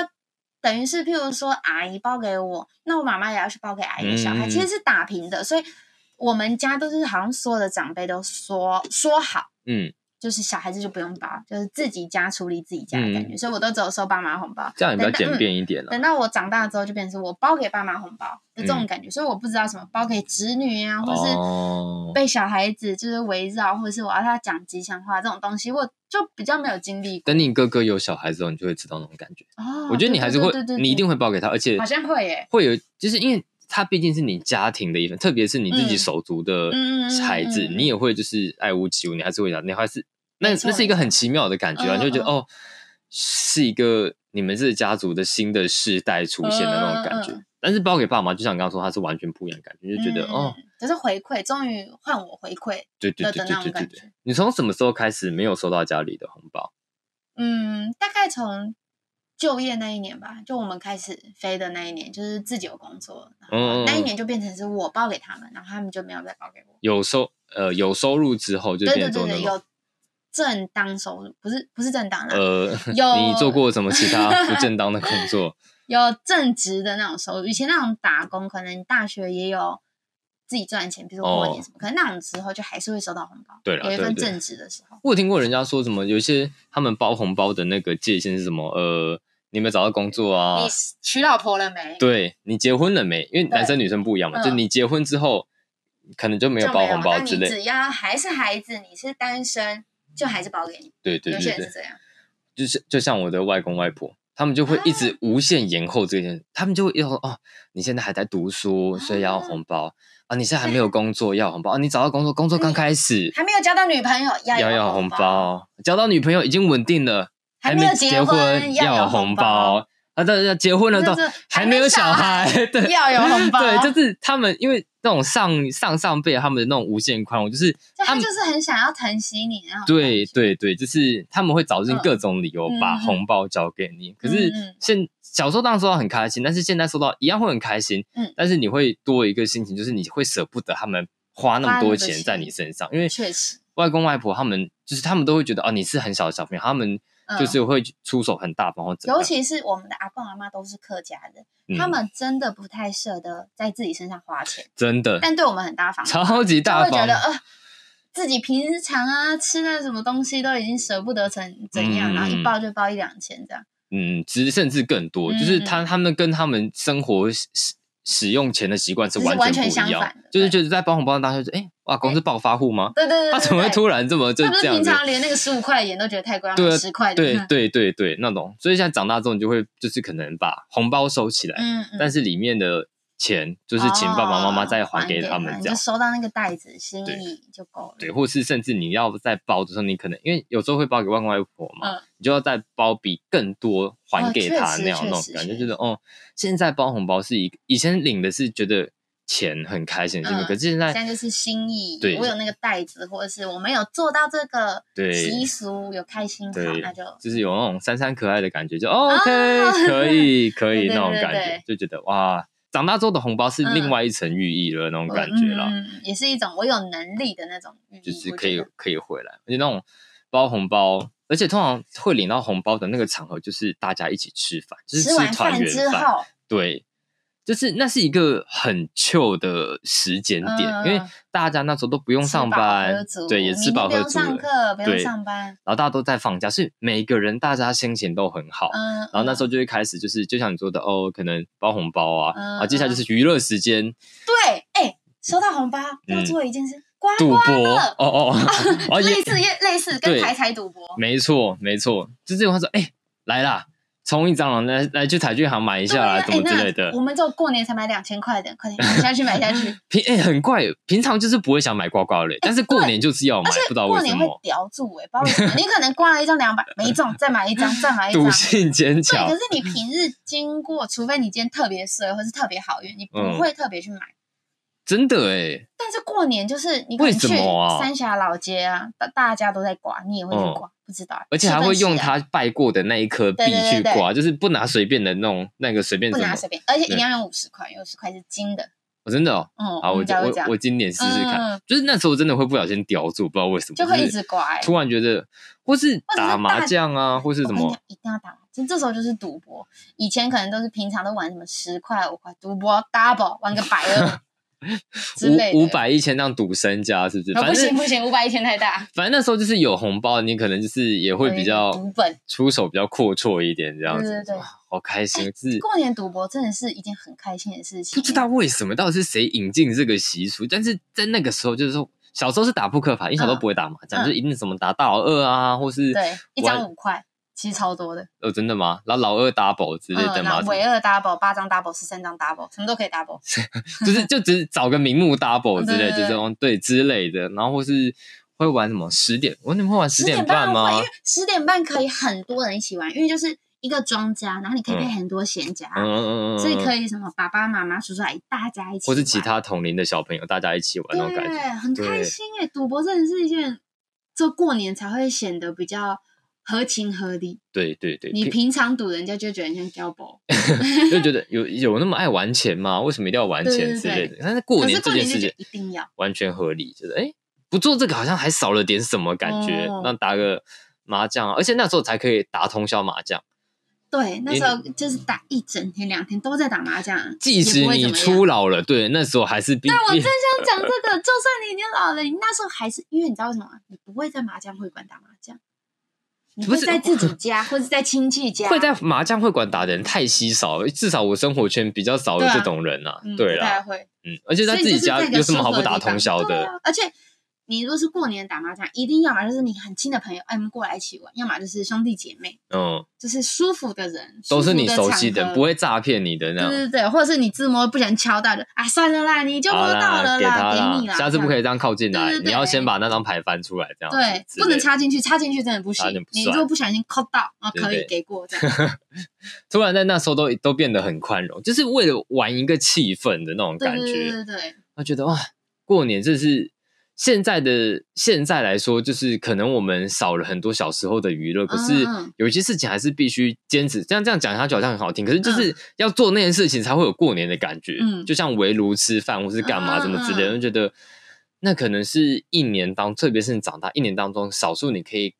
[SPEAKER 2] 等于是譬如说阿姨包给我，那我妈妈也要去包给阿姨的小孩，
[SPEAKER 1] 嗯
[SPEAKER 2] 其实是打平的，所以我们家都是好像所有的长辈都说说好。
[SPEAKER 1] 嗯，
[SPEAKER 2] 就是小孩子就不用包，就是自己家处理自己家的感觉，所以我都只有收爸妈红包。
[SPEAKER 1] 这样也比较
[SPEAKER 2] 等到
[SPEAKER 1] 简便一嗯点了、嗯
[SPEAKER 2] 等到我长大之后，就变成是我包给爸妈红包的这种感觉，所以我不知道什么包给侄女啊，或是
[SPEAKER 1] 哦
[SPEAKER 2] 被小孩子就是围绕，或者是我要他讲吉祥话这种东西，我就比较没有经历过。
[SPEAKER 1] 等你哥哥有小孩之后，你就会知道那种感觉。
[SPEAKER 2] 哦，
[SPEAKER 1] 我觉得你
[SPEAKER 2] 对
[SPEAKER 1] 还是会
[SPEAKER 2] 对对对，对
[SPEAKER 1] 你一定会包给他，而且
[SPEAKER 2] 好像会耶，
[SPEAKER 1] 会有，就是因为他毕竟是你家庭的一份，特别是你自己
[SPEAKER 2] 嗯
[SPEAKER 1] 手足的
[SPEAKER 2] 嗯嗯嗯嗯
[SPEAKER 1] 孩子，
[SPEAKER 2] 嗯
[SPEAKER 1] 你也会就是爱屋及乌，你还是会讲，你还是那
[SPEAKER 2] 没错
[SPEAKER 1] 那是一个很奇妙的感觉啊，
[SPEAKER 2] 嗯
[SPEAKER 1] 你就觉得哦，是一个你们这家族的新的世代出现的那种感
[SPEAKER 2] 嗯嗯
[SPEAKER 1] 觉。但是包给爸妈，就像你刚刚说，他是完全不一样的感觉，就觉得
[SPEAKER 2] 嗯
[SPEAKER 1] 哦，，
[SPEAKER 2] 就是回馈，终于换我回馈
[SPEAKER 1] 对对
[SPEAKER 2] 了的
[SPEAKER 1] 对对
[SPEAKER 2] 那
[SPEAKER 1] 对
[SPEAKER 2] 种
[SPEAKER 1] 对
[SPEAKER 2] 感
[SPEAKER 1] 对。
[SPEAKER 2] 觉。
[SPEAKER 1] 你从什么时候开始没有收到家里的红包？
[SPEAKER 2] 嗯，大概从就业那一年吧，就我们开始飞的那一年，就是自己有工作，然
[SPEAKER 1] 嗯
[SPEAKER 2] 后
[SPEAKER 1] 嗯
[SPEAKER 2] 哦那一
[SPEAKER 1] 嗯
[SPEAKER 2] 年就变成是我包给他们，然后他们就没有再包给我。
[SPEAKER 1] 有收呃有收入之后就
[SPEAKER 2] 对对
[SPEAKER 1] 变成
[SPEAKER 2] 对
[SPEAKER 1] 说那
[SPEAKER 2] 对，
[SPEAKER 1] 种
[SPEAKER 2] 有正当收入，不是不是正当啦，
[SPEAKER 1] 呃，
[SPEAKER 2] 有
[SPEAKER 1] 你做过什么其他不正当的工作？
[SPEAKER 2] 有正职的那种收入。以前那种打工，可能大学也有自己赚钱，比如说过年
[SPEAKER 1] 哦
[SPEAKER 2] 什么，可能那种之后就还是会收到红包。
[SPEAKER 1] 对啦
[SPEAKER 2] 有一
[SPEAKER 1] 对
[SPEAKER 2] 份
[SPEAKER 1] 对
[SPEAKER 2] 正职的时候。
[SPEAKER 1] 我有听过人家说什么，有一些他们包红包的那个界限是什么？呃，你有没有找到工作啊
[SPEAKER 2] 你？娶老婆了没？
[SPEAKER 1] 对你结婚了没？因为男生女生不一样嘛，
[SPEAKER 2] 嗯
[SPEAKER 1] 就你结婚之后可能就没有包红包之
[SPEAKER 2] 就没有那
[SPEAKER 1] 类
[SPEAKER 2] 你。只要还是孩子，你是单身，就还是包给你。
[SPEAKER 1] 对对
[SPEAKER 2] 有些人
[SPEAKER 1] 对对
[SPEAKER 2] 是，这样，
[SPEAKER 1] 就是就像我的外公外婆，他们就会一
[SPEAKER 2] 啊
[SPEAKER 1] 直无限延后这件事，他们就会要说哦，你现在还在读书，所以要红包啊，你现在还没 有工作要红包啊，你找到工作，工作刚开始
[SPEAKER 2] 还没有交到女朋友要
[SPEAKER 1] 要
[SPEAKER 2] 有
[SPEAKER 1] 要
[SPEAKER 2] 红
[SPEAKER 1] 红，包，交到女朋友已经稳定了。
[SPEAKER 2] 还
[SPEAKER 1] 没
[SPEAKER 2] 有
[SPEAKER 1] 结
[SPEAKER 2] 婚
[SPEAKER 1] 要
[SPEAKER 2] 有
[SPEAKER 1] 有红。包啊，但是结婚了
[SPEAKER 2] 那
[SPEAKER 1] 都
[SPEAKER 2] 这
[SPEAKER 1] 还没有小孩， 对，
[SPEAKER 2] 要有红包
[SPEAKER 1] 对，就是他们因为那种上上上辈他们的那种无限宽容，就是
[SPEAKER 2] 就他
[SPEAKER 1] 他们
[SPEAKER 2] 就是很想要疼惜你， 然后
[SPEAKER 1] 对对对，就是他们会找尽
[SPEAKER 2] 嗯
[SPEAKER 1] 各种理由
[SPEAKER 2] 嗯
[SPEAKER 1] 把
[SPEAKER 2] 嗯
[SPEAKER 1] 红包交给你。可是
[SPEAKER 2] 嗯
[SPEAKER 1] 现小时候当然收到很开心，但是现在收到一样会很开心，
[SPEAKER 2] 嗯
[SPEAKER 1] 但是你会多一个心情，就是你会舍不得他们花那
[SPEAKER 2] 花
[SPEAKER 1] 么
[SPEAKER 2] 那么
[SPEAKER 1] 多
[SPEAKER 2] 多
[SPEAKER 1] 钱在
[SPEAKER 2] 钱
[SPEAKER 1] 你身上，因为
[SPEAKER 2] 确实，
[SPEAKER 1] 外公外婆他们就是他们都会觉得啊，你是很小的小朋友，他们
[SPEAKER 2] 嗯
[SPEAKER 1] 就是会出手很大方或怎么
[SPEAKER 2] 尤
[SPEAKER 1] 样。
[SPEAKER 2] 其是我们的阿公阿妈都是客家人，
[SPEAKER 1] 嗯
[SPEAKER 2] 他们真的不太舍得在自己身上花钱，
[SPEAKER 1] 真的
[SPEAKER 2] 但对我们很大方，
[SPEAKER 1] 超级大
[SPEAKER 2] 就会觉
[SPEAKER 1] 方
[SPEAKER 2] 得，呃，自己平常啊吃那什么东西都已经舍不得成怎样，
[SPEAKER 1] 嗯
[SPEAKER 2] 然后一包就包一两千这样，
[SPEAKER 1] 嗯，只甚至更多，
[SPEAKER 2] 嗯
[SPEAKER 1] 就是他他们跟他们生活使使用钱的习惯是
[SPEAKER 2] 就是
[SPEAKER 1] 完
[SPEAKER 2] 完全
[SPEAKER 1] 全不一
[SPEAKER 2] 相
[SPEAKER 1] 样
[SPEAKER 2] 反的，
[SPEAKER 1] 就是
[SPEAKER 2] 对
[SPEAKER 1] 觉得在包红包的当下，就哎，哇，公司暴发户吗？啊
[SPEAKER 2] 对对对对
[SPEAKER 1] 他怎么会
[SPEAKER 2] 对
[SPEAKER 1] 突然这么就
[SPEAKER 2] 他不
[SPEAKER 1] 这
[SPEAKER 2] 是
[SPEAKER 1] 样
[SPEAKER 2] 平
[SPEAKER 1] 子？
[SPEAKER 2] 常嗯连那个十五块钱都觉得太贵，要
[SPEAKER 1] 对
[SPEAKER 2] 买
[SPEAKER 1] 啊
[SPEAKER 2] 十块的，
[SPEAKER 1] 对对对对，那种。所以现在长大之后，你就会就是可能把红包收起来，
[SPEAKER 2] 嗯，嗯
[SPEAKER 1] 但是里面的钱就是请爸爸妈妈再还给他们
[SPEAKER 2] 哦还给
[SPEAKER 1] 这
[SPEAKER 2] 你就
[SPEAKER 1] 样。
[SPEAKER 2] 收到那个袋子，心
[SPEAKER 1] 对
[SPEAKER 2] 意就够了。
[SPEAKER 1] 对，或是甚至你要在包的时候，你可能因为有时候会包给外公外婆嘛，
[SPEAKER 2] 嗯
[SPEAKER 1] 你就要再包比更多还给
[SPEAKER 2] 哦
[SPEAKER 1] 他
[SPEAKER 2] 确实
[SPEAKER 1] 那样那种
[SPEAKER 2] 确实
[SPEAKER 1] 感觉，
[SPEAKER 2] 确
[SPEAKER 1] 就
[SPEAKER 2] 实
[SPEAKER 1] 是哦，现在包红包是一个以前领的是觉得钱很开心，兴奋，
[SPEAKER 2] 嗯
[SPEAKER 1] 可是现在
[SPEAKER 2] 现在就是心意
[SPEAKER 1] 对，
[SPEAKER 2] 我有那个袋子，或者是我没有做到这个
[SPEAKER 1] 对
[SPEAKER 2] 习俗，有开心好
[SPEAKER 1] 对，
[SPEAKER 2] 那就
[SPEAKER 1] 就是有那种三三可爱的感觉，就、哦 OK 可以可
[SPEAKER 2] 对
[SPEAKER 1] 以
[SPEAKER 2] 对
[SPEAKER 1] 那种
[SPEAKER 2] 对
[SPEAKER 1] 感觉
[SPEAKER 2] 对，
[SPEAKER 1] 就觉得哇，长大之后的红包是另
[SPEAKER 2] 嗯
[SPEAKER 1] 外一层寓意了、那种
[SPEAKER 2] 我
[SPEAKER 1] 感觉啦，
[SPEAKER 2] 嗯，嗯也是一种我有能力的那种寓意，
[SPEAKER 1] 就是
[SPEAKER 2] 我
[SPEAKER 1] 可
[SPEAKER 2] 觉
[SPEAKER 1] 以
[SPEAKER 2] 得
[SPEAKER 1] 可以回来，而且那种包红包。而且通常会领到红包的那个场合，就是大家一起吃饭，就是
[SPEAKER 2] 吃完
[SPEAKER 1] 团
[SPEAKER 2] 饭
[SPEAKER 1] 圆
[SPEAKER 2] 之
[SPEAKER 1] 饭。
[SPEAKER 2] 后，
[SPEAKER 1] 对，就是那是一个很 chill 的时间点，
[SPEAKER 2] 嗯
[SPEAKER 1] 因为大家那时候都不用
[SPEAKER 2] 吃
[SPEAKER 1] 上
[SPEAKER 2] 饱
[SPEAKER 1] 班
[SPEAKER 2] 喝足，
[SPEAKER 1] 对，也
[SPEAKER 2] 明
[SPEAKER 1] 吃
[SPEAKER 2] 天
[SPEAKER 1] 饱
[SPEAKER 2] 不
[SPEAKER 1] 喝
[SPEAKER 2] 用
[SPEAKER 1] 足
[SPEAKER 2] 上
[SPEAKER 1] 了，
[SPEAKER 2] 课，不用
[SPEAKER 1] 对
[SPEAKER 2] 上班，
[SPEAKER 1] 然后大家都在放假，所以每个人大家心情都很好。
[SPEAKER 2] 嗯。
[SPEAKER 1] 然后那时
[SPEAKER 2] 候
[SPEAKER 1] 候就会开始，就是就像你说的哦，可能包红包啊，
[SPEAKER 2] 嗯
[SPEAKER 1] 然后接下来就是娱乐时间，
[SPEAKER 2] 对，哎，收到红包要
[SPEAKER 1] 嗯
[SPEAKER 2] 做一件事，刮
[SPEAKER 1] 赌
[SPEAKER 2] 刮
[SPEAKER 1] 博，
[SPEAKER 2] 乐
[SPEAKER 1] 哦， 哦哦，哦也
[SPEAKER 2] 类似也类似跟
[SPEAKER 1] 对
[SPEAKER 2] 台彩赌博，
[SPEAKER 1] 没错没错，就这种他说哎来啦，冲一蟑螂来来去彩券行买一下啦，
[SPEAKER 2] 对对
[SPEAKER 1] 怎么
[SPEAKER 2] 对
[SPEAKER 1] 之
[SPEAKER 2] 哎
[SPEAKER 1] 类的
[SPEAKER 2] 那我，们就过年才买两千块的，快点买下去，买下 去。
[SPEAKER 1] 平哎很怪，平常就是不会想买刮刮乐，但是过
[SPEAKER 2] 哎对
[SPEAKER 1] 年就是要买
[SPEAKER 2] 而，且
[SPEAKER 1] 不知道为
[SPEAKER 2] 过
[SPEAKER 1] 什
[SPEAKER 2] 年
[SPEAKER 1] 么
[SPEAKER 2] 会。叼住哎、欸，不知道为什么。你可能刮了一张两百，没中，再买一张，再买一 张。
[SPEAKER 1] 赌
[SPEAKER 2] 对，
[SPEAKER 1] 性坚
[SPEAKER 2] 可
[SPEAKER 1] 强
[SPEAKER 2] 是，你平日经过，除非你今天特别衰或是特别好运，你不
[SPEAKER 1] 嗯
[SPEAKER 2] 会特别去买。
[SPEAKER 1] 真的哎，
[SPEAKER 2] 但是过年就是你可
[SPEAKER 1] 为
[SPEAKER 2] 能
[SPEAKER 1] 什
[SPEAKER 2] 去
[SPEAKER 1] 么啊嗯
[SPEAKER 2] 三峡老街啊，大大家都在刮，你也会去刮，不知道欸。
[SPEAKER 1] 而且还会用
[SPEAKER 2] 气氛起来
[SPEAKER 1] 他拜过的那一颗币
[SPEAKER 2] 对对对
[SPEAKER 1] 去
[SPEAKER 2] 对
[SPEAKER 1] 刮，就是不拿随便的那种那个随便
[SPEAKER 2] 不
[SPEAKER 1] 什么
[SPEAKER 2] 拿，随便，而且一
[SPEAKER 1] 对
[SPEAKER 2] 定要用五十块，五十块是金的。
[SPEAKER 1] 我真的哦。
[SPEAKER 2] 嗯，
[SPEAKER 1] 好，我
[SPEAKER 2] 们
[SPEAKER 1] 今
[SPEAKER 2] 家
[SPEAKER 1] 我
[SPEAKER 2] 会这样，
[SPEAKER 1] 我今年试试
[SPEAKER 2] 嗯嗯
[SPEAKER 1] 看
[SPEAKER 2] 嗯，
[SPEAKER 1] 就是那时候真的会不小心叼住，不知道为什么，
[SPEAKER 2] 就会一
[SPEAKER 1] 是
[SPEAKER 2] 直刮、欸。
[SPEAKER 1] 突然觉得，或是
[SPEAKER 2] 或者是
[SPEAKER 1] 打
[SPEAKER 2] 大
[SPEAKER 1] 麻将啊，或是什
[SPEAKER 2] 我跟你
[SPEAKER 1] 么
[SPEAKER 2] 讲，，一定要打麻将。这时候就是赌博，以前可能都是平常都玩什么十块五块，赌博 double 玩个百 二之类的。
[SPEAKER 1] 五五百一千这样赌身家，是不是？
[SPEAKER 2] 哦，
[SPEAKER 1] 反
[SPEAKER 2] 不行
[SPEAKER 1] 正
[SPEAKER 2] 不行，五百一千太大，
[SPEAKER 1] 反正那时候就是有红包，你可能就是也 会比较
[SPEAKER 2] 有一点赌本。
[SPEAKER 1] 出手比较阔绰一点，这样
[SPEAKER 2] 对
[SPEAKER 1] 子
[SPEAKER 2] 对哎对，
[SPEAKER 1] 好开心，是
[SPEAKER 2] 过年赌博真的是一件很开心的事情。
[SPEAKER 1] 不知道为什么到底是谁引进这个习俗，但是在那个时候就是说，小时候是打扑克牌，因为小时候不会打麻将，
[SPEAKER 2] 嗯
[SPEAKER 1] 就是一定什么打大老二啊，或
[SPEAKER 2] 欸
[SPEAKER 1] 是
[SPEAKER 2] 对，一
[SPEAKER 1] 玩
[SPEAKER 2] 张五块，其实超多的。
[SPEAKER 1] 哦真的吗？然后老二 double 之类的
[SPEAKER 2] 嗯，然
[SPEAKER 1] 嘛
[SPEAKER 2] 后，尾二 double，八张 double，十三张 double，什么都可以 double。
[SPEAKER 1] 就是就只是找个名目 double 之类，
[SPEAKER 2] 对对
[SPEAKER 1] 就
[SPEAKER 2] 对
[SPEAKER 1] 这种对之类的，然后或是会玩什么十点，我你们会玩十点半
[SPEAKER 2] 会，
[SPEAKER 1] 吗
[SPEAKER 2] 因为？十点半可以很多人一起玩，因为就是一个庄家，然后你可以配
[SPEAKER 1] 嗯
[SPEAKER 2] 很多闲家，
[SPEAKER 1] 嗯嗯嗯，
[SPEAKER 2] 所以可
[SPEAKER 1] 以，
[SPEAKER 2] 以什么爸爸妈妈、叔叔阿姨大家一起
[SPEAKER 1] 或
[SPEAKER 2] 玩，
[SPEAKER 1] 是其他同龄的小朋友大家一起玩那种感觉，
[SPEAKER 2] 对，很开
[SPEAKER 1] 对
[SPEAKER 2] 心哎、赌博真的是一件，就过年才会显得比较合情合理。
[SPEAKER 1] 对对对，
[SPEAKER 2] 你平常赌，人家就觉得你像交博，
[SPEAKER 1] 就觉得有有那么爱玩钱吗？为什么一定要玩
[SPEAKER 2] 对对
[SPEAKER 1] 钱
[SPEAKER 2] 对
[SPEAKER 1] 之
[SPEAKER 2] 对
[SPEAKER 1] 类的？但是
[SPEAKER 2] 可
[SPEAKER 1] 过
[SPEAKER 2] 是
[SPEAKER 1] 年这
[SPEAKER 2] 过
[SPEAKER 1] 件
[SPEAKER 2] 年就
[SPEAKER 1] 事
[SPEAKER 2] 觉
[SPEAKER 1] 情
[SPEAKER 2] 得一定要。
[SPEAKER 1] 完全合理，就是哎、诶不做这个好像还少了点什么感觉，
[SPEAKER 2] 哦
[SPEAKER 1] 那打个麻将啊，而且那时候才可以打通宵麻将，
[SPEAKER 2] 对，那时候就是打一整天、两天都在打麻将，
[SPEAKER 1] 即使
[SPEAKER 2] 也不会
[SPEAKER 1] 你
[SPEAKER 2] 怎么样
[SPEAKER 1] 初老了，对，那时候还是必
[SPEAKER 2] 对，我
[SPEAKER 1] 必
[SPEAKER 2] 正想讲这个，就算你已经老了，你那时候还是因为你知道为什么吗？你不会在麻将会馆打麻将，你
[SPEAKER 1] 不
[SPEAKER 2] 会
[SPEAKER 1] 是
[SPEAKER 2] 在自己家或者在亲戚家，
[SPEAKER 1] 会在麻将会馆打的人太稀少了，至少我生活圈比较少有
[SPEAKER 2] 对啊
[SPEAKER 1] 这种人啊，
[SPEAKER 2] 嗯
[SPEAKER 1] 对
[SPEAKER 2] 不太
[SPEAKER 1] 啦，
[SPEAKER 2] 会。
[SPEAKER 1] 嗯，而且在
[SPEAKER 2] 所以
[SPEAKER 1] 自
[SPEAKER 2] 就
[SPEAKER 1] 己
[SPEAKER 2] 是
[SPEAKER 1] 家
[SPEAKER 2] 在一个
[SPEAKER 1] 有什么
[SPEAKER 2] 舒
[SPEAKER 1] 好
[SPEAKER 2] 服
[SPEAKER 1] 不
[SPEAKER 2] 的
[SPEAKER 1] 打
[SPEAKER 2] 地方
[SPEAKER 1] 通宵
[SPEAKER 2] 对
[SPEAKER 1] 的？
[SPEAKER 2] 啊而且你如果是过年打麻将，一定要么就是你很亲的朋友，哎，我们过来一起玩；要么就是兄弟姐妹，
[SPEAKER 1] 嗯，
[SPEAKER 2] 就是舒服的人，
[SPEAKER 1] 都是你熟悉
[SPEAKER 2] 舒服
[SPEAKER 1] 的，
[SPEAKER 2] 场合
[SPEAKER 1] 不。会诈骗你的那
[SPEAKER 2] 对
[SPEAKER 1] 样。
[SPEAKER 2] 对对，或者是你自摸不小心敲到就，哎，算了啦，你就摸
[SPEAKER 1] 好
[SPEAKER 2] 到了
[SPEAKER 1] 给他
[SPEAKER 2] 给你啦，
[SPEAKER 1] 下次不可
[SPEAKER 2] 以。
[SPEAKER 1] 以这样靠近来，
[SPEAKER 2] 对对对
[SPEAKER 1] 你要先把那张牌翻出来，这样子
[SPEAKER 2] 对，
[SPEAKER 1] 之类的
[SPEAKER 2] 不能。插进去，插进去真的不行
[SPEAKER 1] 插进去。不
[SPEAKER 2] 你
[SPEAKER 1] 算
[SPEAKER 2] 如果不小心扣到，啊，可
[SPEAKER 1] 对对
[SPEAKER 2] 以给过这样。
[SPEAKER 1] 突然在那时候都都变得很宽容，就是为了玩一个气氛的那种
[SPEAKER 2] 对
[SPEAKER 1] 感
[SPEAKER 2] 对对
[SPEAKER 1] 觉。
[SPEAKER 2] 对对，
[SPEAKER 1] 我觉得哇，过年这是现在的现在来说，就是可能我们少了很多小时候的娱乐，可是
[SPEAKER 2] 嗯嗯
[SPEAKER 1] 有一些事情还是必须坚持。这样这样讲下去好像很好听，可是就是要做那件事情才会有过年的感觉。
[SPEAKER 2] 嗯
[SPEAKER 1] 就像围炉吃饭或是干嘛
[SPEAKER 2] 嗯嗯
[SPEAKER 1] 什么之类的，
[SPEAKER 2] 嗯
[SPEAKER 1] 就觉得那可能是一年当，特别是你长大一年当中，少数你可以